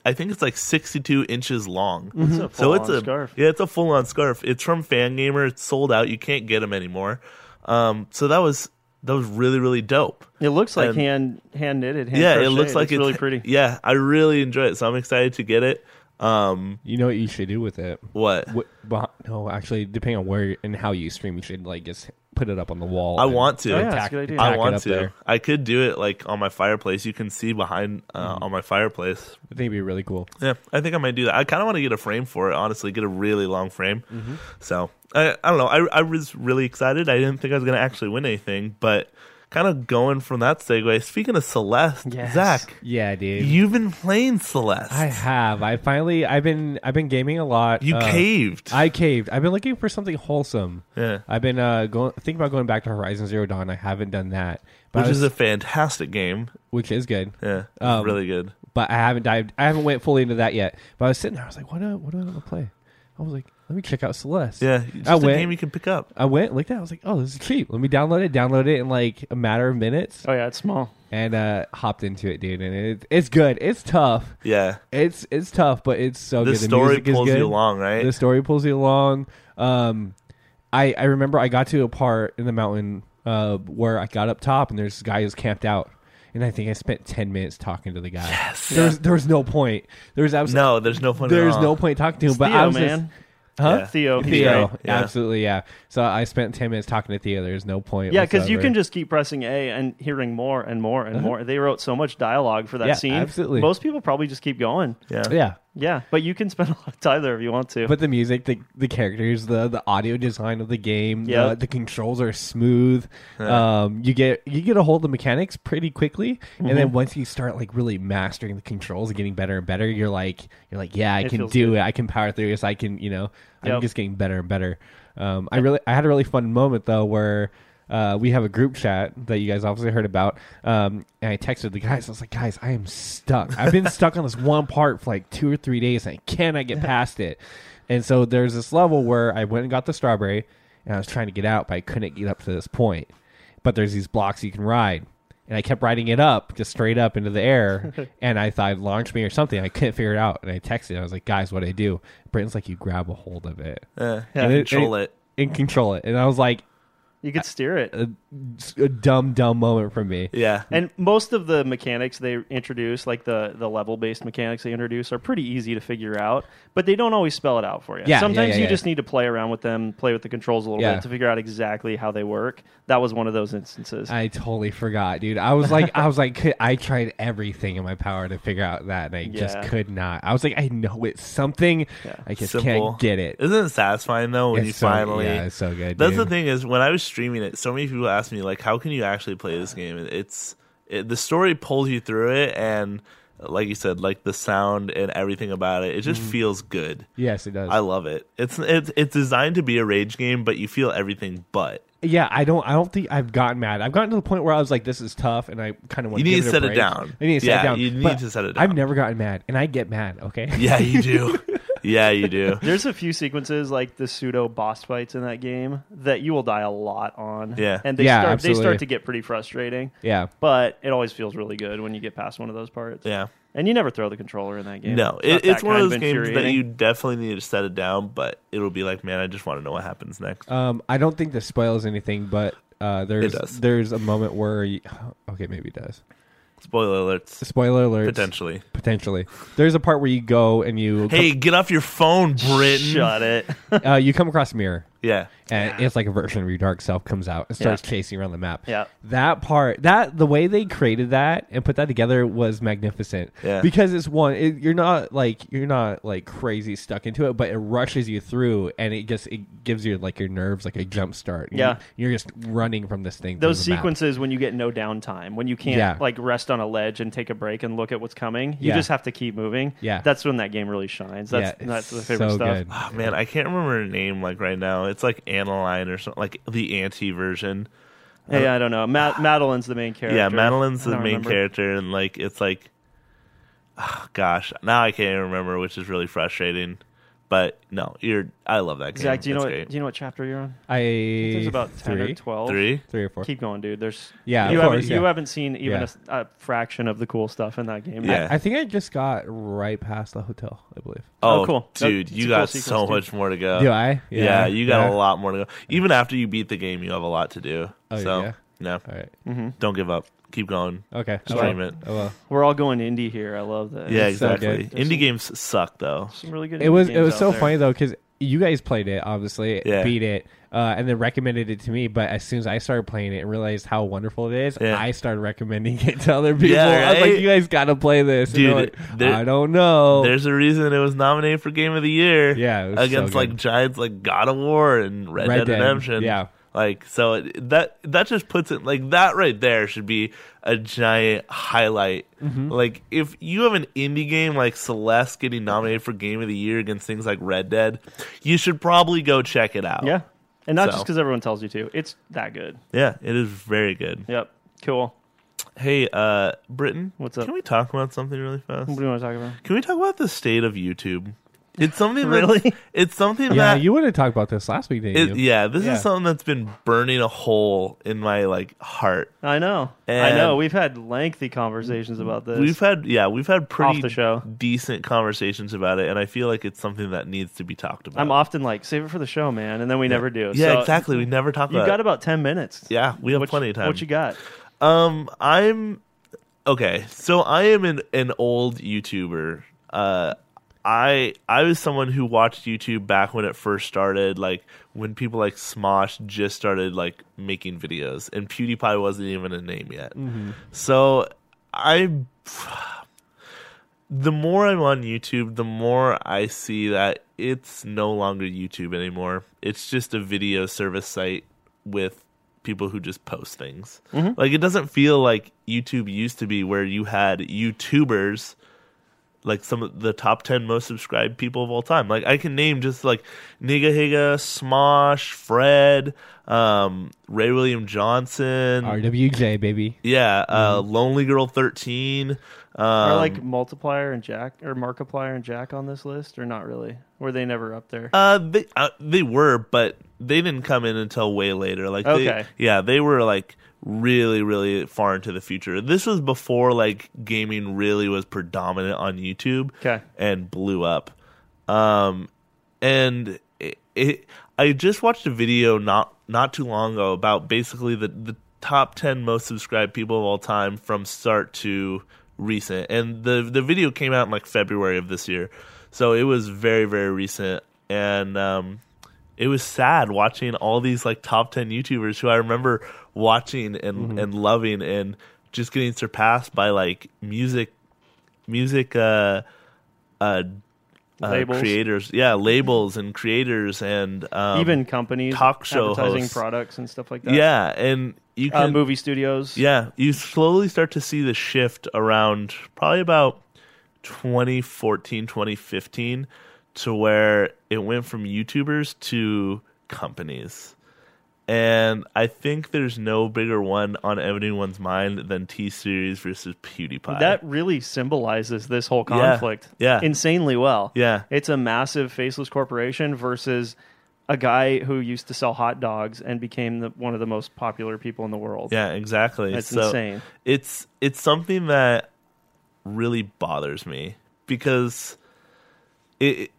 Speaker 2: I think it's like 62 inches long.
Speaker 3: a
Speaker 2: so it's
Speaker 3: full-on
Speaker 2: a
Speaker 3: scarf.
Speaker 2: yeah, it's a full on scarf. It's from Fangamer. It's sold out. You can't get them anymore. Um, so that was that was really really dope.
Speaker 3: it looks like
Speaker 2: and-
Speaker 3: hand hand knitted. Hand
Speaker 2: Um, yeah, it
Speaker 3: crocheted.
Speaker 2: looks like
Speaker 3: it's really pretty.
Speaker 2: Yeah, I really enjoy it. So I'm excited to get it. Um,
Speaker 4: You know what you should do with it?
Speaker 2: what?
Speaker 4: What, beh- no, actually, depending on where and how you stream, you should like just put it up on the wall.
Speaker 2: I
Speaker 4: and
Speaker 2: want to.
Speaker 3: Oh, yeah, that's
Speaker 4: tack-
Speaker 3: a good idea.
Speaker 4: tack
Speaker 2: I
Speaker 4: it
Speaker 2: want
Speaker 4: up
Speaker 2: to.
Speaker 4: there.
Speaker 2: I could do it like on my fireplace. You can see behind uh,
Speaker 4: Mm-hmm.
Speaker 2: on my fireplace.
Speaker 4: I think it'd be really cool.
Speaker 2: Yeah, I think I might do that. I kind of want to get a frame for it. Honestly, get a really long frame.
Speaker 4: Mm-hmm.
Speaker 2: So I, I don't know. I I was really excited. I didn't think I was going to actually win anything, but kind of going from that segue. Speaking of Celeste,
Speaker 3: Yes.
Speaker 2: Zach,
Speaker 4: Yeah, dude.
Speaker 2: you've been playing Celeste.
Speaker 4: I have. I finally. I've been. I've been gaming a lot.
Speaker 2: you
Speaker 4: Uh,
Speaker 2: caved.
Speaker 4: I caved. I've been looking for something wholesome.
Speaker 2: Yeah.
Speaker 4: I've been uh going thinking about going back to Horizon Zero Dawn. I haven't done that, but I
Speaker 2: which is
Speaker 4: was-
Speaker 2: a fantastic game.
Speaker 4: which is good.
Speaker 2: Yeah,
Speaker 4: Um,
Speaker 2: really good.
Speaker 4: But I haven't dived. I haven't went fully into that yet. But I was sitting there. I was like, what? Do, what do I want to play? I was like, let me check out Celeste.
Speaker 2: Yeah, it's
Speaker 4: I
Speaker 2: just a
Speaker 4: went.
Speaker 2: game you can pick up.
Speaker 4: I went looked at. it, I was like, oh, this is cheap. Let me download it. Download it in like a matter of minutes,
Speaker 3: Oh yeah, it's small.
Speaker 4: and uh hopped into it, dude. And it, it's good. It's tough.
Speaker 2: Yeah,
Speaker 4: It's it's tough, but it's so
Speaker 2: the
Speaker 4: good. The
Speaker 2: story
Speaker 4: music is
Speaker 2: pulls you
Speaker 4: good.
Speaker 2: along, right?
Speaker 4: The story pulls you along. Um, I I remember I got to a part in the mountain uh, where I got up top and there's this guy who's camped out, and I think I spent ten minutes talking to the guy. Yes. There was there was no point. There was absolutely
Speaker 2: no, there's no fun. at
Speaker 4: there's
Speaker 2: all.
Speaker 4: no point talking to him.
Speaker 3: It's
Speaker 4: but
Speaker 3: Theo,
Speaker 4: I was
Speaker 3: man.
Speaker 4: just huh.
Speaker 2: Yeah.
Speaker 3: Theo, he's
Speaker 4: Theo,
Speaker 3: great.
Speaker 2: yeah.
Speaker 4: absolutely, yeah. So I spent ten minutes talking to Theo. There's no point.
Speaker 3: Yeah, because you
Speaker 4: whatsoever.
Speaker 3: can just keep pressing A and hearing more and more and more. They wrote so much dialogue for that
Speaker 4: Uh-huh. Yeah,
Speaker 3: scene.
Speaker 4: absolutely.
Speaker 3: Most people probably just keep going.
Speaker 2: Yeah,
Speaker 4: yeah.
Speaker 3: Yeah, but you can spend a lot of time there if you want to.
Speaker 4: But the music, the the characters, the the audio design of the game,
Speaker 3: Yeah.
Speaker 4: the, the controls are smooth. Um, you get you get a hold of the mechanics pretty quickly, and
Speaker 3: Mm-hmm.
Speaker 4: then once you start like really mastering the controls and getting better and better, you're like you're like, yeah, I
Speaker 3: It
Speaker 4: can
Speaker 3: feels
Speaker 4: do
Speaker 3: good.
Speaker 4: it. I can power through this. I can, you know, I'm
Speaker 3: Yep.
Speaker 4: just getting better and better. Um, I really I had a really fun moment though where. Uh, we have a group chat that you guys obviously heard about, um, and I texted the guys. I was like, "Guys, I am stuck. I've been stuck on this one part for like two or three days, and I cannot get past it." And so there's this level where I went and got the strawberry, and I was trying to get out, but I couldn't get up to this point. But there's these blocks you can ride, and I kept riding it up, just straight up into the air, and I thought it launched me or something. I couldn't figure it out, and I texted. I was like, "Guys, what do I do?" Britton's like, "You grab a hold of it,
Speaker 2: Yeah,
Speaker 4: And
Speaker 2: control it.
Speaker 4: and control it." And I was like,
Speaker 3: you could steer it.
Speaker 4: a, a dumb, dumb moment for me.
Speaker 2: Yeah,
Speaker 3: And most of the mechanics they introduce, like the, the level based mechanics they introduce, are pretty easy to figure out, but they don't always spell it out for you.
Speaker 4: Yeah, yeah,
Speaker 3: Sometimes
Speaker 4: yeah,
Speaker 3: you
Speaker 4: yeah.
Speaker 3: just need to play around with them, play with the controls a little
Speaker 4: Yeah.
Speaker 3: bit to figure out exactly how they work. That was one of those instances.
Speaker 4: I totally forgot, dude. I was like, I was like, could- I tried everything in my power to figure out that, and I just
Speaker 3: Yeah.
Speaker 4: could not. I was like, I know it's something,
Speaker 3: Yeah.
Speaker 4: I just
Speaker 2: Simple.
Speaker 4: can't get it.
Speaker 2: Isn't it satisfying though when
Speaker 4: It's
Speaker 2: you
Speaker 4: so-
Speaker 2: finally?
Speaker 4: yeah, it's so good.
Speaker 2: That's the
Speaker 4: dude.
Speaker 2: thing is when I was streaming it, so many people asked me like, "How can you actually play this game?" And It's it, the story pulls you through it, and like you said, like the sound and everything about it, it just feels good.
Speaker 4: Mm-hmm. Yes, it does.
Speaker 2: I love it. It's it's it's designed to be a rage game, but you feel everything but.
Speaker 4: yeah, I don't. I don't think I've gotten mad. I've gotten to the point where I was like, this is tough, and I kind of want.
Speaker 2: You need
Speaker 4: give
Speaker 2: to
Speaker 4: a
Speaker 2: set it
Speaker 4: break.
Speaker 2: down.
Speaker 4: I need to set
Speaker 2: Yeah,
Speaker 4: it down.
Speaker 2: you need
Speaker 4: But
Speaker 2: to set it
Speaker 4: I've
Speaker 2: down.
Speaker 4: never gotten mad, and I get mad. Okay.
Speaker 2: Yeah, you do. yeah, you do.
Speaker 3: There's a few sequences like the pseudo boss fights in that game that you will die a lot on.
Speaker 2: Yeah.
Speaker 3: And they
Speaker 4: Yeah,
Speaker 3: start they
Speaker 4: absolutely.
Speaker 3: start to get pretty frustrating.
Speaker 4: Yeah.
Speaker 3: But it always feels really good when you get past one of those parts.
Speaker 2: Yeah.
Speaker 3: And you never throw the controller in that game.
Speaker 2: No,
Speaker 3: not
Speaker 2: it, it's
Speaker 3: that
Speaker 2: one
Speaker 3: kind
Speaker 2: of those games that
Speaker 3: infuriating.
Speaker 2: you definitely need to set it down, but it'll be like, man, I just want to know what happens next.
Speaker 4: Um, I don't think this spoils anything, but uh, there's
Speaker 2: does.
Speaker 4: there's a moment where you, okay, maybe it does.
Speaker 2: Spoiler alerts,
Speaker 4: Spoiler alert.
Speaker 2: potentially.
Speaker 4: Potentially, there's a part where you go and you
Speaker 2: Hey, get off your phone, Britain.
Speaker 3: Shut it.
Speaker 4: uh, you come across a mirror.
Speaker 2: Yeah,
Speaker 4: and it's Uh, like a version of your dark self comes out and starts
Speaker 3: Yeah.
Speaker 4: chasing around the map.
Speaker 3: Yeah.
Speaker 4: That part, that the way they created that and put that together was magnificent.
Speaker 2: Yeah.
Speaker 4: Because it's one, it, you're not like you're not like crazy stuck into it, but it rushes you through and it just it gives you like your nerves like a jump start. And
Speaker 3: Yeah.
Speaker 4: you- You're just running from this thing.
Speaker 3: Those
Speaker 4: through the map.
Speaker 3: sequences when you get no downtime, when you can't
Speaker 4: Yeah.
Speaker 3: like rest on a ledge and take a break and look at what's coming, you
Speaker 4: Yeah.
Speaker 3: just have to keep moving.
Speaker 4: Yeah.
Speaker 3: that's when that game really shines. That's
Speaker 4: yeah,
Speaker 3: that's the
Speaker 4: it's
Speaker 3: favorite
Speaker 4: so
Speaker 3: stuff.
Speaker 4: Good.
Speaker 2: oh, man, I can't remember her name like right now. It's like Annaline or something, like the anti version. Uh,
Speaker 3: Hey, I don't know. Ma- Madeline's the main character.
Speaker 2: Yeah, Madeline's
Speaker 3: I
Speaker 2: the
Speaker 3: don't
Speaker 2: main
Speaker 3: remember.
Speaker 2: character, and like it's like, oh, gosh, now I can't even remember, which is really frustrating. But no, you're. I love that game.
Speaker 3: Zach, do you know
Speaker 2: It's
Speaker 3: what?
Speaker 2: great.
Speaker 3: Do you know what chapter you're on?
Speaker 4: I
Speaker 3: There's about ten
Speaker 4: three,
Speaker 3: or twelve.
Speaker 2: Three.
Speaker 4: three or four.
Speaker 3: Keep going, dude. There's
Speaker 4: Yeah,
Speaker 3: You
Speaker 4: of
Speaker 3: haven't
Speaker 4: course,
Speaker 3: you
Speaker 4: yeah.
Speaker 3: haven't seen even
Speaker 4: Yeah.
Speaker 3: a s- a, fraction of the cool stuff in that game.
Speaker 2: Yeah.
Speaker 4: I think I just got right past the hotel. I believe.
Speaker 2: Oh,
Speaker 3: Oh, cool. That-
Speaker 2: dude,
Speaker 3: it's a
Speaker 2: you
Speaker 3: cool
Speaker 2: got
Speaker 3: sequence,
Speaker 2: so
Speaker 3: dude.
Speaker 2: much more to go.
Speaker 4: Do I?
Speaker 2: Uh, Yeah, you got a lot more to go. Even after you beat the game, you have a lot to do.
Speaker 4: Oh,
Speaker 2: so,
Speaker 4: yeah?
Speaker 2: no,
Speaker 4: All right.
Speaker 2: don't give up. Keep going.
Speaker 4: Okay. Oh, I
Speaker 2: Stream
Speaker 4: will.
Speaker 2: it.
Speaker 4: I will.
Speaker 3: Mm-hmm. We're all going indie here. I love that.
Speaker 2: Yeah,
Speaker 4: It's so
Speaker 2: exactly.
Speaker 4: good.
Speaker 2: Indie games suck, though.
Speaker 3: Some really good.
Speaker 4: it
Speaker 3: indie
Speaker 4: was it
Speaker 3: games
Speaker 4: was
Speaker 3: out
Speaker 4: so
Speaker 3: there.
Speaker 4: funny though because you guys played it obviously
Speaker 2: Yeah.
Speaker 4: beat it uh, and then recommended it to me but as soon as i started playing it and realized how wonderful it is
Speaker 2: Yeah.
Speaker 4: i started recommending it to other people i was
Speaker 2: right?
Speaker 4: like you guys gotta play this And
Speaker 2: Dude,
Speaker 4: they're like,
Speaker 2: there-
Speaker 4: i don't know
Speaker 2: There's a reason it was nominated for Game of the Year.
Speaker 4: Oh. Yeah, it was so
Speaker 2: against
Speaker 4: good.
Speaker 2: like giants like God of War and Red,
Speaker 4: Red
Speaker 2: Dead
Speaker 4: Dead,
Speaker 2: Redemption.
Speaker 4: yeah.
Speaker 2: Like so it, that that just puts it like that right there should be a giant highlight.
Speaker 4: Mm-hmm.
Speaker 2: Like if you have an indie game like Celeste getting nominated for Game of the Year against things like Red Dead, you should probably go check it out.
Speaker 3: Yeah, and not just
Speaker 2: So.
Speaker 3: because everyone tells you to. It's that good.
Speaker 2: Yeah, it is very good.
Speaker 3: Yep. Cool.
Speaker 2: Hey, uh Britton,
Speaker 3: What's up?
Speaker 2: Can we talk about something really fast?
Speaker 3: What do you want to talk about?
Speaker 2: Can we talk about the state of YouTube? It's something
Speaker 3: Really?
Speaker 2: That's, it's something
Speaker 4: yeah
Speaker 2: that
Speaker 4: you would have talked about this last week didn't
Speaker 2: It,
Speaker 4: you
Speaker 2: yeah, this
Speaker 4: Yeah.
Speaker 2: is something that's been burning a hole in my like heart.
Speaker 3: I know. I
Speaker 2: And-
Speaker 3: know. We've had lengthy conversations about this.
Speaker 2: We've had yeah, we've had pretty
Speaker 3: the show.
Speaker 2: decent conversations about it, and I feel like it's something that needs to be talked about.
Speaker 3: I'm often like, save it for the show, man, and then we never do.
Speaker 2: yeah,
Speaker 3: So
Speaker 2: exactly. We never talk
Speaker 3: You
Speaker 2: about it.
Speaker 3: got about ten minutes.
Speaker 2: Yeah, we have
Speaker 3: What-
Speaker 2: plenty of time.
Speaker 3: What you got?
Speaker 2: Um, I'm okay. So I am an an old YouTuber. Uh, I I was someone who watched YouTube back when it first started, like when people like Smosh just started like making videos, and PewDiePie wasn't even a name yet. So I the more I'm on YouTube, the more I see that it's no longer YouTube anymore. It's just a video service site with people who just post things. Like it doesn't feel like YouTube used to be where you had YouTubers like some of the top 10 most subscribed people of all time. Like I can name just like Nigga Higa, Smosh, Fred, um, Ray William Johnson.
Speaker 4: rwj baby
Speaker 2: yeah, uh, Lonely Girl 13. Um,
Speaker 3: Mm-hmm. Are like multiplier and Jack or Markiplier and Jack on this list, or not really? Were they never up there?
Speaker 2: Uh, they uh, they were, but they didn't come in until way later. Like, they,
Speaker 3: Okay.
Speaker 2: yeah, they were like really, really far into the future. This was before like gaming really was predominant on YouTube.
Speaker 3: Okay.
Speaker 2: and blew up. Um, and it, it, I just watched a video not not too long ago about basically the the top ten most subscribed people of all time from start to recent, and the the video came out in like February of this year, so it was very very recent, and um, it was sad watching all these like top 10 YouTubers who I remember watching and, and loving and just getting surpassed by like music music uh uh, uh
Speaker 3: Labels.
Speaker 2: creators yeah labels and creators and um
Speaker 3: Even companies,
Speaker 2: talk show
Speaker 3: advertising
Speaker 2: hosts.
Speaker 3: products and stuff like that.
Speaker 2: yeah and you
Speaker 3: Uh,
Speaker 2: can
Speaker 3: movie studios.
Speaker 2: yeah, you slowly start to see the shift around probably about 2014, 2015 to where it went from YouTubers to companies. And I think there's no bigger one on anyone's mind than T Series versus PewDiePie.
Speaker 3: That really symbolizes this whole conflict
Speaker 2: yeah.
Speaker 3: insanely well.
Speaker 2: Yeah.
Speaker 3: It's a massive faceless corporation versus a guy who used to sell hot dogs and became the, one of the most popular people in the world.
Speaker 2: yeah, exactly.
Speaker 3: That's
Speaker 2: so
Speaker 3: insane.
Speaker 2: It's it's something that really bothers me because it, it-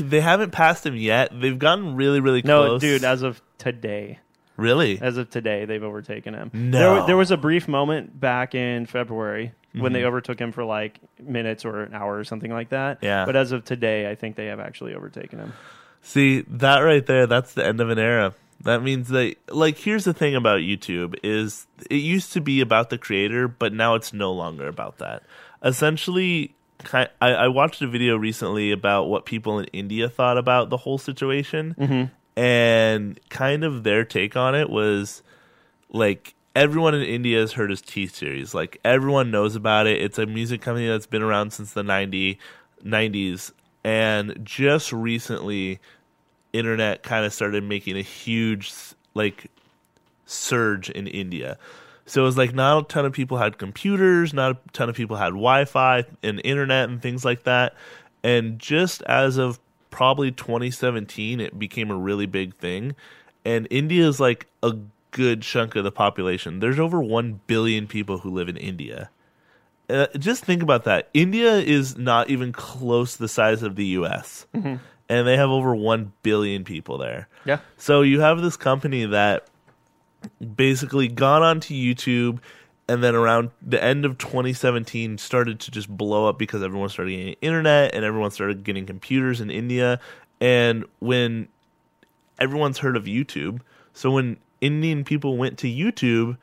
Speaker 2: they haven't passed him yet. They've gotten really, really
Speaker 3: No,
Speaker 2: close.
Speaker 3: dude, as of today,
Speaker 2: really?
Speaker 3: as of today, they've overtaken him.
Speaker 2: No.
Speaker 3: There, wa- there was a brief moment back in February when
Speaker 2: Mm-hmm.
Speaker 3: they overtook him for like minutes or an hour or something like that.
Speaker 2: Yeah.
Speaker 3: But as of today, I think they have actually overtaken him.
Speaker 2: See that right there? That's the end of an era. That means that like here's the thing about YouTube is it used to be about the creator, but now it's no longer about that. Essentially, ki- I, I watched a video recently about what people in India thought about the whole situation, and kind of their take on it was like everyone in India has heard his T series. Like everyone knows about it. It's a music company that's been around since the 90, 90s. And just recently, internet kind of started making a huge like surge in India. So it was like not a ton of people had computers, not a ton of people had Wi-Fi and internet and things like that. And just as of probably 2017, it became a really big thing. And India is like a good chunk of the population. There's over 1 billion people who live in India. Uh, just think about that. India is not even close to the size of the US. And they have over 1 billion people there.
Speaker 3: Yeah.
Speaker 2: So you have this company that basically gone onto YouTube and then around the end of 2017 started to just blow up because everyone started getting internet and everyone started getting computers in India and when everyone's heard of YouTube so when Indian people went to YouTube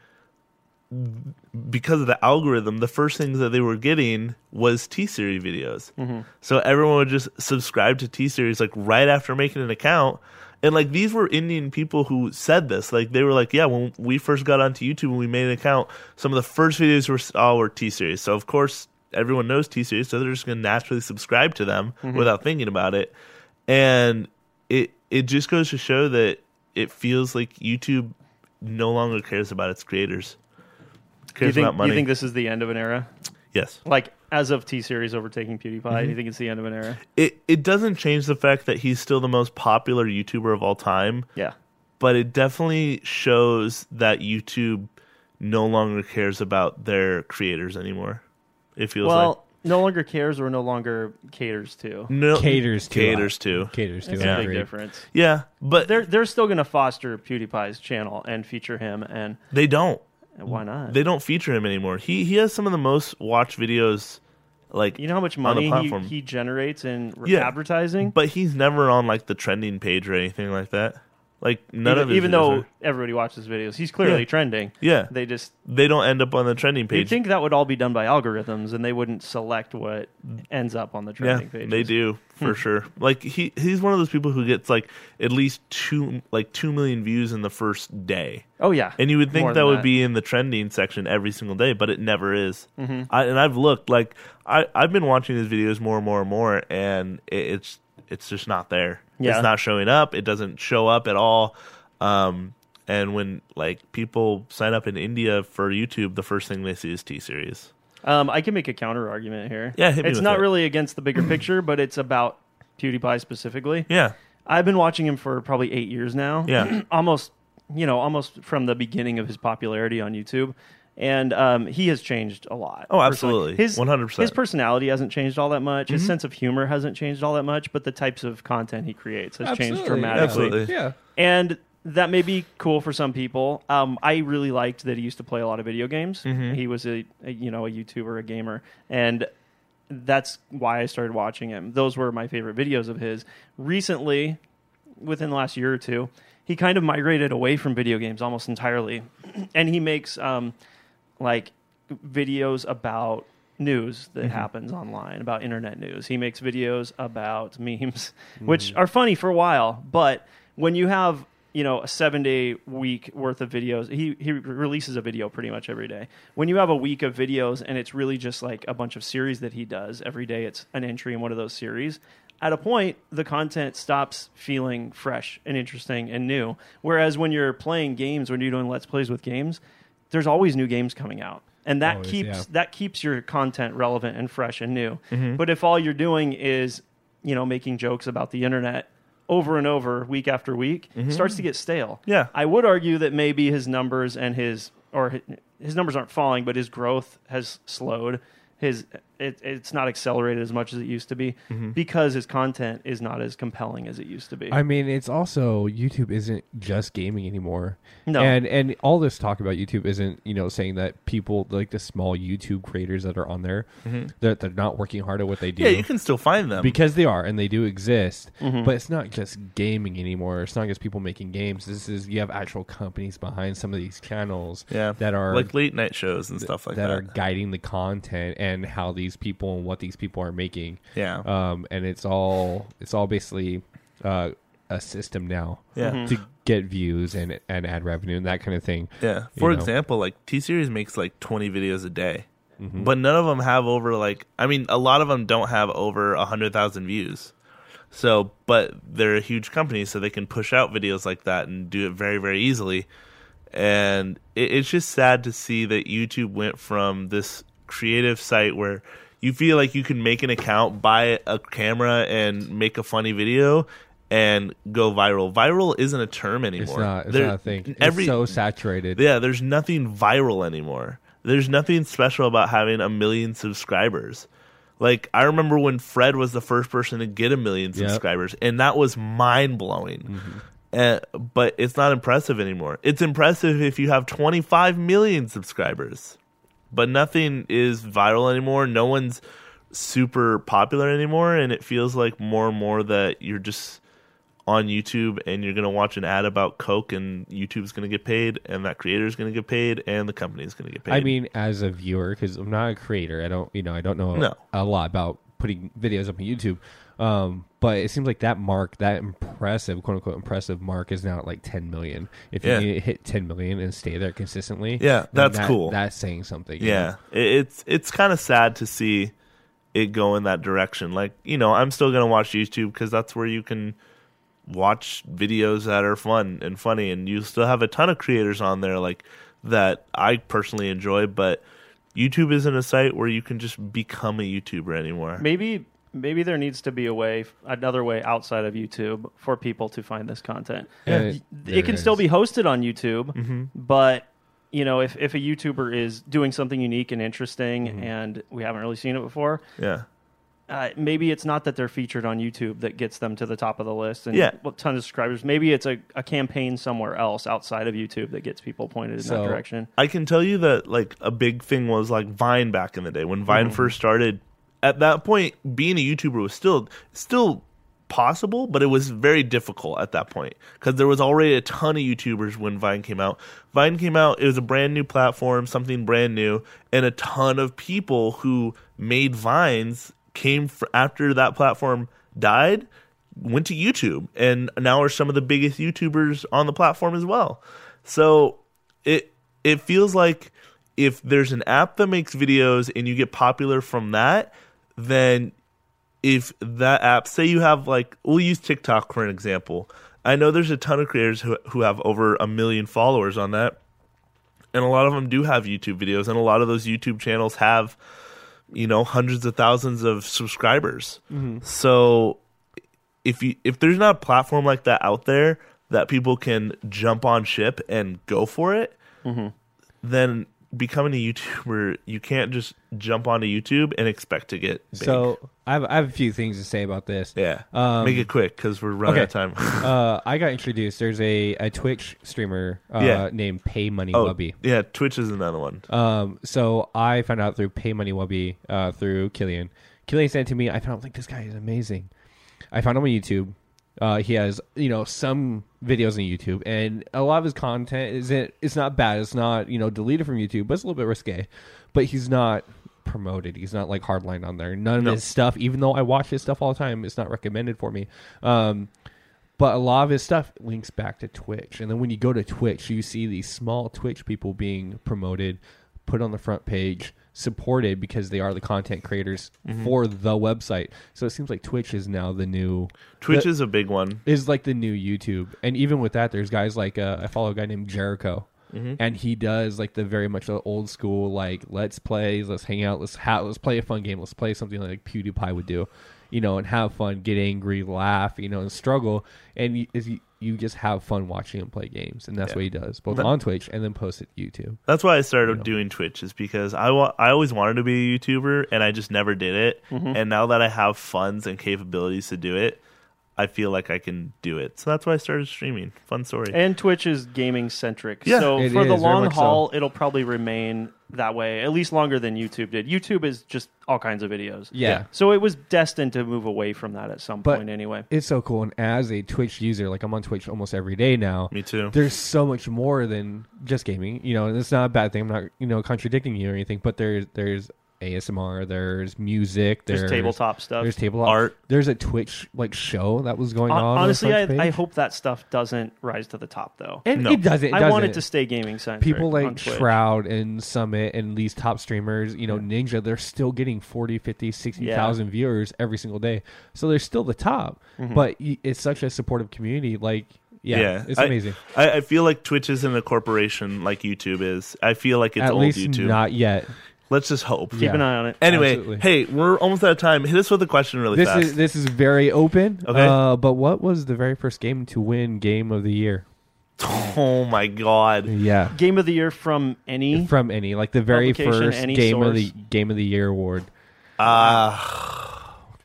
Speaker 2: because of the algorithm the first things that they were getting was T-series videos
Speaker 3: Mm-hmm.
Speaker 2: so everyone would just subscribe to T series like right after making an account. And like these were Indian people who said this. Like they were like, yeah, when we first got onto YouTube and we made an account, some of the first videos we saw were T series. So of course everyone knows T series, so they're just gonna naturally subscribe to them
Speaker 3: Mm-hmm.
Speaker 2: without thinking about it. And it it just goes to show that it feels like YouTube no longer cares about its creators. It
Speaker 3: Do you
Speaker 2: cares
Speaker 3: think
Speaker 2: about money.
Speaker 3: you think this is the end of an era?
Speaker 2: yes.
Speaker 3: Like as of T Series overtaking PewDiePie, do
Speaker 2: Mm-hmm.
Speaker 3: you think it's the end of an era?
Speaker 2: It it doesn't change the fact that he's still the most popular YouTuber of all time.
Speaker 3: Yeah.
Speaker 2: but it definitely shows that YouTube no longer cares about their creators anymore. It feels
Speaker 3: Well,
Speaker 2: like
Speaker 3: no longer cares or no longer caters to.
Speaker 2: no
Speaker 4: Caters to
Speaker 2: caters
Speaker 4: us.
Speaker 2: to
Speaker 4: Caters to
Speaker 3: It's
Speaker 4: yeah.
Speaker 3: a big difference.
Speaker 2: yeah, but
Speaker 3: They're they're still going to foster PewDiePie's channel and feature him, and
Speaker 2: they don't
Speaker 3: why not?
Speaker 2: they don't feature him anymore. He he has some of the most watched videos, like
Speaker 3: you know how much
Speaker 2: on the
Speaker 3: money he,
Speaker 2: platform.
Speaker 3: he generates in re-
Speaker 2: Yeah.
Speaker 3: advertising.
Speaker 2: but he's never on like the trending page or anything like that. Like none
Speaker 3: even,
Speaker 2: of his
Speaker 3: even
Speaker 2: videos
Speaker 3: though
Speaker 2: are-
Speaker 3: everybody watches videos, he's clearly
Speaker 2: Yeah.
Speaker 3: trending.
Speaker 2: yeah they
Speaker 3: They just
Speaker 2: they don't end up on the trending
Speaker 3: you'd
Speaker 2: page.
Speaker 3: think that would all be done by algorithms, and they wouldn't select what ends up on the
Speaker 2: Yeah,
Speaker 3: trending page.
Speaker 2: they do for sure. Like he he's one of those people who gets like at least two like two million views in the first day,
Speaker 3: Oh yeah,
Speaker 2: and you would think
Speaker 3: More
Speaker 2: that, Mm-hmm.
Speaker 3: than
Speaker 2: would be in the trending section every single day, but it never is. I, and I've looked like I I've been watching his videos more and more and more, and it, it's it's just not there.
Speaker 3: Yeah.
Speaker 2: It's not showing up. It doesn't show up at all. Um, and when like people sign up in India for YouTube, the first thing they see is T series.
Speaker 3: Um, I can make a counter argument here.
Speaker 2: Yeah, hit me
Speaker 3: it's
Speaker 2: with
Speaker 3: not
Speaker 2: it.
Speaker 3: really against the bigger picture, but it's about PewDiePie specifically.
Speaker 2: Yeah,
Speaker 3: I've been watching him for probably eight years now.
Speaker 2: Yeah.
Speaker 3: almost, you know, almost from the beginning of his popularity on YouTube, and um, he has changed a lot.
Speaker 2: Oh,
Speaker 3: personally.
Speaker 2: absolutely.
Speaker 3: His
Speaker 2: 100%.
Speaker 3: His personality hasn't changed all that much.
Speaker 2: Mm-hmm.
Speaker 3: His sense of humor hasn't changed all that much, but the types of content he creates has changed dramatically
Speaker 2: Absolutely.
Speaker 4: Yeah.
Speaker 3: and that may be cool for some people. Um, I really liked that he used to play a lot of video games.
Speaker 2: Mm-hmm.
Speaker 3: He was a, a you know a YouTuber, a gamer, and that's why I started watching him. Those were my favorite videos of his. Recently, within the last year or two, he kind of migrated away from video games almost entirely, and he makes um, like videos about news that happens online about internet news. He makes videos about memes, which are funny for a while, but when you have you know a seven day week worth of videos he, he releases a video pretty much every day when you have a week of videos and it's really just like a bunch of series that he does every day it's an entry in one of those series at a point the content stops feeling fresh and interesting and new whereas when you're playing games when you're doing let's plays with games there's always new games coming out and that
Speaker 4: Always,
Speaker 3: keeps
Speaker 4: yeah. Mm-hmm.
Speaker 3: that keeps your content relevant and fresh and new but if all you're doing is you know making jokes about the internet over and over week after week
Speaker 4: Mm-hmm.
Speaker 3: it starts to get stale
Speaker 2: Yeah.
Speaker 3: i would argue that maybe his numbers and his or his, his numbers aren't falling but his growth has slowed his it, it's not accelerated as much as it used to be because its content is not as compelling as it used to be.
Speaker 4: Mm-hmm. I mean, it's also YouTube isn't just gaming anymore.
Speaker 3: No.
Speaker 4: and and all this talk about YouTube isn't you know saying that people like the small YouTube creators that are on there that they're, not working hard at what they do.
Speaker 2: Mm-hmm. Yeah, you can Mm-hmm. still find them.
Speaker 4: because they are and they do exist but it's not just gaming anymore it's not just people making games this is you have actual companies behind some of these channels
Speaker 2: yeah,
Speaker 4: that are
Speaker 2: like late night shows and stuff like
Speaker 4: that
Speaker 2: that.
Speaker 4: are guiding the content and how these people and what these people are making
Speaker 2: Yeah.
Speaker 3: Oh.
Speaker 4: um and it's all it's all basically uh a system now
Speaker 2: Yeah.
Speaker 3: Mm-hmm.
Speaker 4: to get views and and ad revenue and that kind of thing
Speaker 2: yeah.
Speaker 4: you
Speaker 2: For
Speaker 4: know.
Speaker 2: example, like T Series makes like 20 videos a day,
Speaker 4: Mm-hmm.
Speaker 2: but none of them have over like I mean, a lot of them don't have over 100,000 views. So, but they're a huge company, so they can push out videos like that and do it very, very easily. And it, it's just sad to see that YouTube went from this creative site where you feel like you can make an account, buy a camera, and make a funny video and go viral. Viral isn't a term anymore.
Speaker 4: it's not it's
Speaker 2: There-
Speaker 4: not a thing
Speaker 2: Every,
Speaker 4: it's so saturated
Speaker 2: yeah, there's nothing viral anymore. There's nothing special about having a million subscribers. Like I remember when Fred was the first person to get a million
Speaker 4: Yep.
Speaker 2: subscribers, and that was mind blowing. Uh, but it's not impressive anymore. It's impressive if you have 25 million subscribers, but nothing is viral anymore. No one's super popular anymore, and it feels like more and more that you're just on YouTube and you're going to watch an ad about Coke and YouTube's going to get paid and that creator's going to get paid and the company's going to get paid.
Speaker 4: I mean, as a viewer, because I'm not a creator, I don't, you know, I don't know
Speaker 2: No.
Speaker 4: a lot about putting videos up on YouTube. Um, but it seems like that mark, that impressive, quote unquote, impressive mark is now at like 10 million. If
Speaker 2: Yeah.
Speaker 4: you hit 10 million and stay there consistently,
Speaker 2: Yeah,
Speaker 4: then
Speaker 2: that's
Speaker 4: that-
Speaker 2: cool.
Speaker 4: That's saying something. you know?
Speaker 2: yeah, it, it's it's kind of sad to see it go in that direction. Like, you know, I'm still going to watch YouTube cuz that's where you can watch videos that are fun and funny and you still have a ton of creators on there like that I personally enjoy, but YouTube isn't a site where you can just become a YouTuber anymore.
Speaker 3: maybe maybe there needs to be a way another way outside of YouTube for people to find this content.
Speaker 4: Yeah,
Speaker 3: it,
Speaker 4: there
Speaker 3: can still
Speaker 4: is.
Speaker 3: be hosted on YouTube, but you know, if if a YouTuber is doing something unique and interesting and we haven't really seen it before,
Speaker 2: Yeah.
Speaker 3: uh, maybe it's not that they're featured on YouTube that gets them to the top of the list and
Speaker 2: Yeah.
Speaker 3: a ton of subscribers. Maybe it's a, a campaign somewhere else outside of YouTube that gets people pointed in
Speaker 4: So-
Speaker 3: that direction.
Speaker 2: I can tell you that like a big thing was like Vine back in the day when Vine first started. At that point, being a YouTuber was still still possible, but it was very difficult at that point because there was already a ton of YouTubers when Vine came out. Vine came out; it was a brand new platform, something brand new, and a ton of people who made vines came fr- after that platform died went to YouTube and now are some of the biggest YouTubers on the platform as well. So it it feels like if there's an app that makes videos and you get popular from that, then if that app say you have like we'll use TikTok for an example. I know there's a ton of creators who who have over a million followers on that. And a lot of them do have YouTube videos and a lot of those YouTube channels have you know hundreds of thousands of subscribers. So if you if there's not a platform like that out there that people can jump on ship and go for it, then becoming a YouTuber, you can't just jump onto YouTube and expect to get big.
Speaker 4: So I have, I have a few things to say about this.
Speaker 2: yeah,
Speaker 4: Um,
Speaker 2: make it quick because we're running
Speaker 4: okay.
Speaker 2: out of time.
Speaker 4: Uh, I got introduced. There's a, a Twitch streamer uh,
Speaker 2: Yeah.
Speaker 4: named Pay Money
Speaker 2: oh,
Speaker 4: Wubby.
Speaker 2: yeah, Twitch is another one.
Speaker 4: Um, so I found out through Pay Money Wubby, uh, through Killian. Killian sent it to me. I found like this guy is amazing. I found him on YouTube. Uh, he has you know some videos on YouTube, and a lot of his content isn't. It's not bad. It's not you know deleted from YouTube, but it's a little bit risque. But he's not promoted. He's not like hardline on there. None of his stuff, even though I watch his stuff all the time, it's not recommended for me. Um, but a lot of his stuff links back to Twitch. And then when you go to Twitch, you see these small Twitch people being promoted, put on the front page, supported because they are the content creators for the website. So it seems like Twitch is now the new
Speaker 2: Twitch
Speaker 4: the-
Speaker 2: is a big one.
Speaker 4: is like the new YouTube. And even with that, there's guys like uh, I follow a guy named Jericho.
Speaker 2: Mm-hmm.
Speaker 4: And he does like the very much the old school like let's plays, let's hang out, let's ha- let's play a fun game, let's play something like PewDiePie would do, you know, and have fun, get angry, laugh, you know, and struggle. And you, is you, you just have fun watching him play games, and that's
Speaker 2: Yeah.
Speaker 4: what he does, both
Speaker 2: But-
Speaker 4: on Twitch and then post it to YouTube.
Speaker 2: That's why I started doing Twitch is because I wa- I always wanted to be a YouTuber and I just never did it.
Speaker 4: Mm-hmm.
Speaker 2: And now that I have funds and capabilities to do it, I feel like I can do it. So that's why I started streaming. Fun story.
Speaker 3: And Twitch is gaming centric.
Speaker 2: Yeah.
Speaker 3: so
Speaker 4: It
Speaker 3: for
Speaker 4: is,
Speaker 3: the
Speaker 4: very
Speaker 3: long
Speaker 4: much so.
Speaker 3: haul, it'll probably remain that way, at least longer than YouTube did. YouTube is just all kinds of videos.
Speaker 4: Yeah.
Speaker 3: So it was destined to move away from that at some
Speaker 4: But-
Speaker 3: point anyway.
Speaker 4: It's so cool. And as a Twitch user, like I'm on Twitch almost every day now.
Speaker 2: Me too.
Speaker 4: There's so much more than just gaming, you know. And it's not a bad thing. I'm not, you know, contradicting you or anything. But there's there's ASMR. There's music. There's,
Speaker 3: There's tabletop stuff.
Speaker 4: There's tabletop
Speaker 2: Art.
Speaker 4: There's a Twitch like show that was going
Speaker 3: Hon-
Speaker 4: on. on the
Speaker 3: Honestly, I,
Speaker 4: Twitch
Speaker 3: I
Speaker 4: page.
Speaker 3: hope that stuff doesn't rise to the top though.
Speaker 4: And
Speaker 2: No.
Speaker 4: it doesn't. It
Speaker 3: I want it to
Speaker 4: doesn't.
Speaker 3: stay gaming centric.
Speaker 4: people
Speaker 3: on
Speaker 4: like
Speaker 3: Twitch.
Speaker 4: Shroud and Summit and these top streamers, you know, Ninja, they're still getting 40, 50, 60,000 viewers every single day. So they're still the top.
Speaker 3: Mm-hmm.
Speaker 4: But y- it's such a supportive community. Like, yeah, it's
Speaker 2: I-
Speaker 4: amazing.
Speaker 2: I, I feel like Twitch isn't a corporation like YouTube is. I feel like it's
Speaker 4: At
Speaker 2: old
Speaker 4: least
Speaker 2: YouTube.
Speaker 4: not yet.
Speaker 2: Let's just hope.
Speaker 3: Keep
Speaker 4: Yeah.
Speaker 3: an eye on it.
Speaker 2: Anyway,
Speaker 4: Absolutely.
Speaker 2: hey, we're almost out of time. Hit us with a question really
Speaker 4: This
Speaker 2: fast.
Speaker 4: is this is very open.
Speaker 2: Okay.
Speaker 4: Uh, but what was the very first game to win Game of the Year?
Speaker 2: oh my god.
Speaker 4: Yeah,
Speaker 3: Game of the year from any
Speaker 4: from any like the very
Speaker 3: Publication,
Speaker 4: first
Speaker 3: any
Speaker 4: game of the
Speaker 3: source?
Speaker 4: Game of the Year award,
Speaker 2: Uh,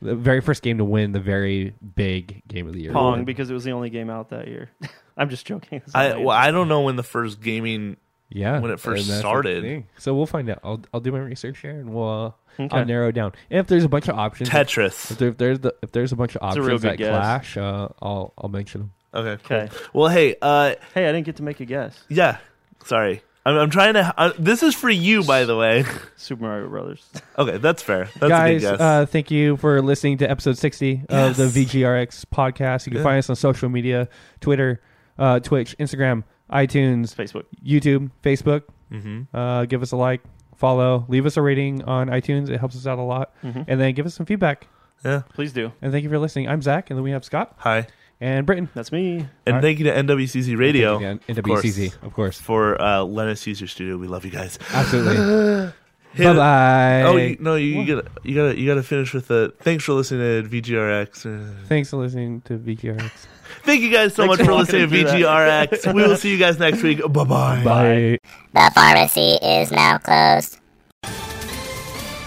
Speaker 4: the very first game to win the very big Game of the Year.
Speaker 3: Pong
Speaker 4: award.
Speaker 3: because it was the only game out that year. I'm just joking. It's
Speaker 2: I
Speaker 3: not
Speaker 2: well, I don't know when the first gaming
Speaker 4: Yeah,
Speaker 2: when it first
Speaker 4: and that's the
Speaker 2: started.
Speaker 4: thing. So we'll find out. I'll I'll do my research here, and we'll uh,
Speaker 3: Okay.
Speaker 4: I'll narrow it down. And if there's a bunch of options,
Speaker 2: Tetris.
Speaker 4: if, there, if there's the, if there's a bunch of
Speaker 3: a real
Speaker 4: options
Speaker 3: good
Speaker 4: that
Speaker 3: guess.
Speaker 4: clash, uh, I'll I'll mention them.
Speaker 2: Okay. Cool.
Speaker 3: Okay.
Speaker 2: Well, hey, uh,
Speaker 3: Hey, I didn't get to make a guess.
Speaker 2: yeah. Sorry, I'm, I'm trying to. Uh, this is for you, by the way.
Speaker 3: Super Mario Brothers.
Speaker 2: okay, that's fair. That's
Speaker 4: Guys,
Speaker 2: a good guess.
Speaker 4: uh, thank you for listening to episode sixty
Speaker 2: Yes.
Speaker 4: of the VGRX podcast. You can
Speaker 2: Yeah.
Speaker 4: find us on social media: Twitter, uh, Twitch, Instagram, iTunes,
Speaker 3: Facebook.
Speaker 4: YouTube, Facebook.
Speaker 2: Mhm.
Speaker 4: Uh, give us a like, follow, leave us a rating on iTunes. It helps us out a lot,
Speaker 2: Mm-hmm.
Speaker 4: and then give us some feedback.
Speaker 2: Yeah.
Speaker 3: Please do.
Speaker 4: And thank you for listening. I'm Zach, and then we have Scott
Speaker 2: Hi,
Speaker 4: and Britton.
Speaker 3: That's me.
Speaker 2: and
Speaker 4: Alright.
Speaker 2: thank you to NWCC Radio,
Speaker 4: Yeah,
Speaker 2: of
Speaker 4: NWCC,
Speaker 2: course,
Speaker 4: of course.
Speaker 2: for uh, Lennox User Studio. We love you guys.
Speaker 4: Absolutely.
Speaker 2: Hit-
Speaker 4: bye bye.
Speaker 2: Oh you, no, you gotta, you gotta, you gotta finish with the. Thanks for listening to VGRX. Uh,
Speaker 4: Thanks for listening to VGRX.
Speaker 2: Thank you guys so
Speaker 3: Thanks
Speaker 2: much
Speaker 3: for
Speaker 2: for listening to
Speaker 3: walking me through
Speaker 2: VGRX. we will see you guys next week. Bye bye.
Speaker 4: Bye.
Speaker 5: The pharmacy is now closed.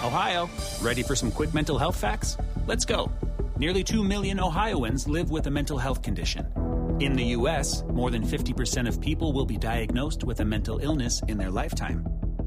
Speaker 6: Ohio, ready for some quick mental health facts? Let's go. Nearly 2 million Ohioans live with a mental health condition. In the U.S., more than 50% of people will be diagnosed with a mental illness in their lifetime.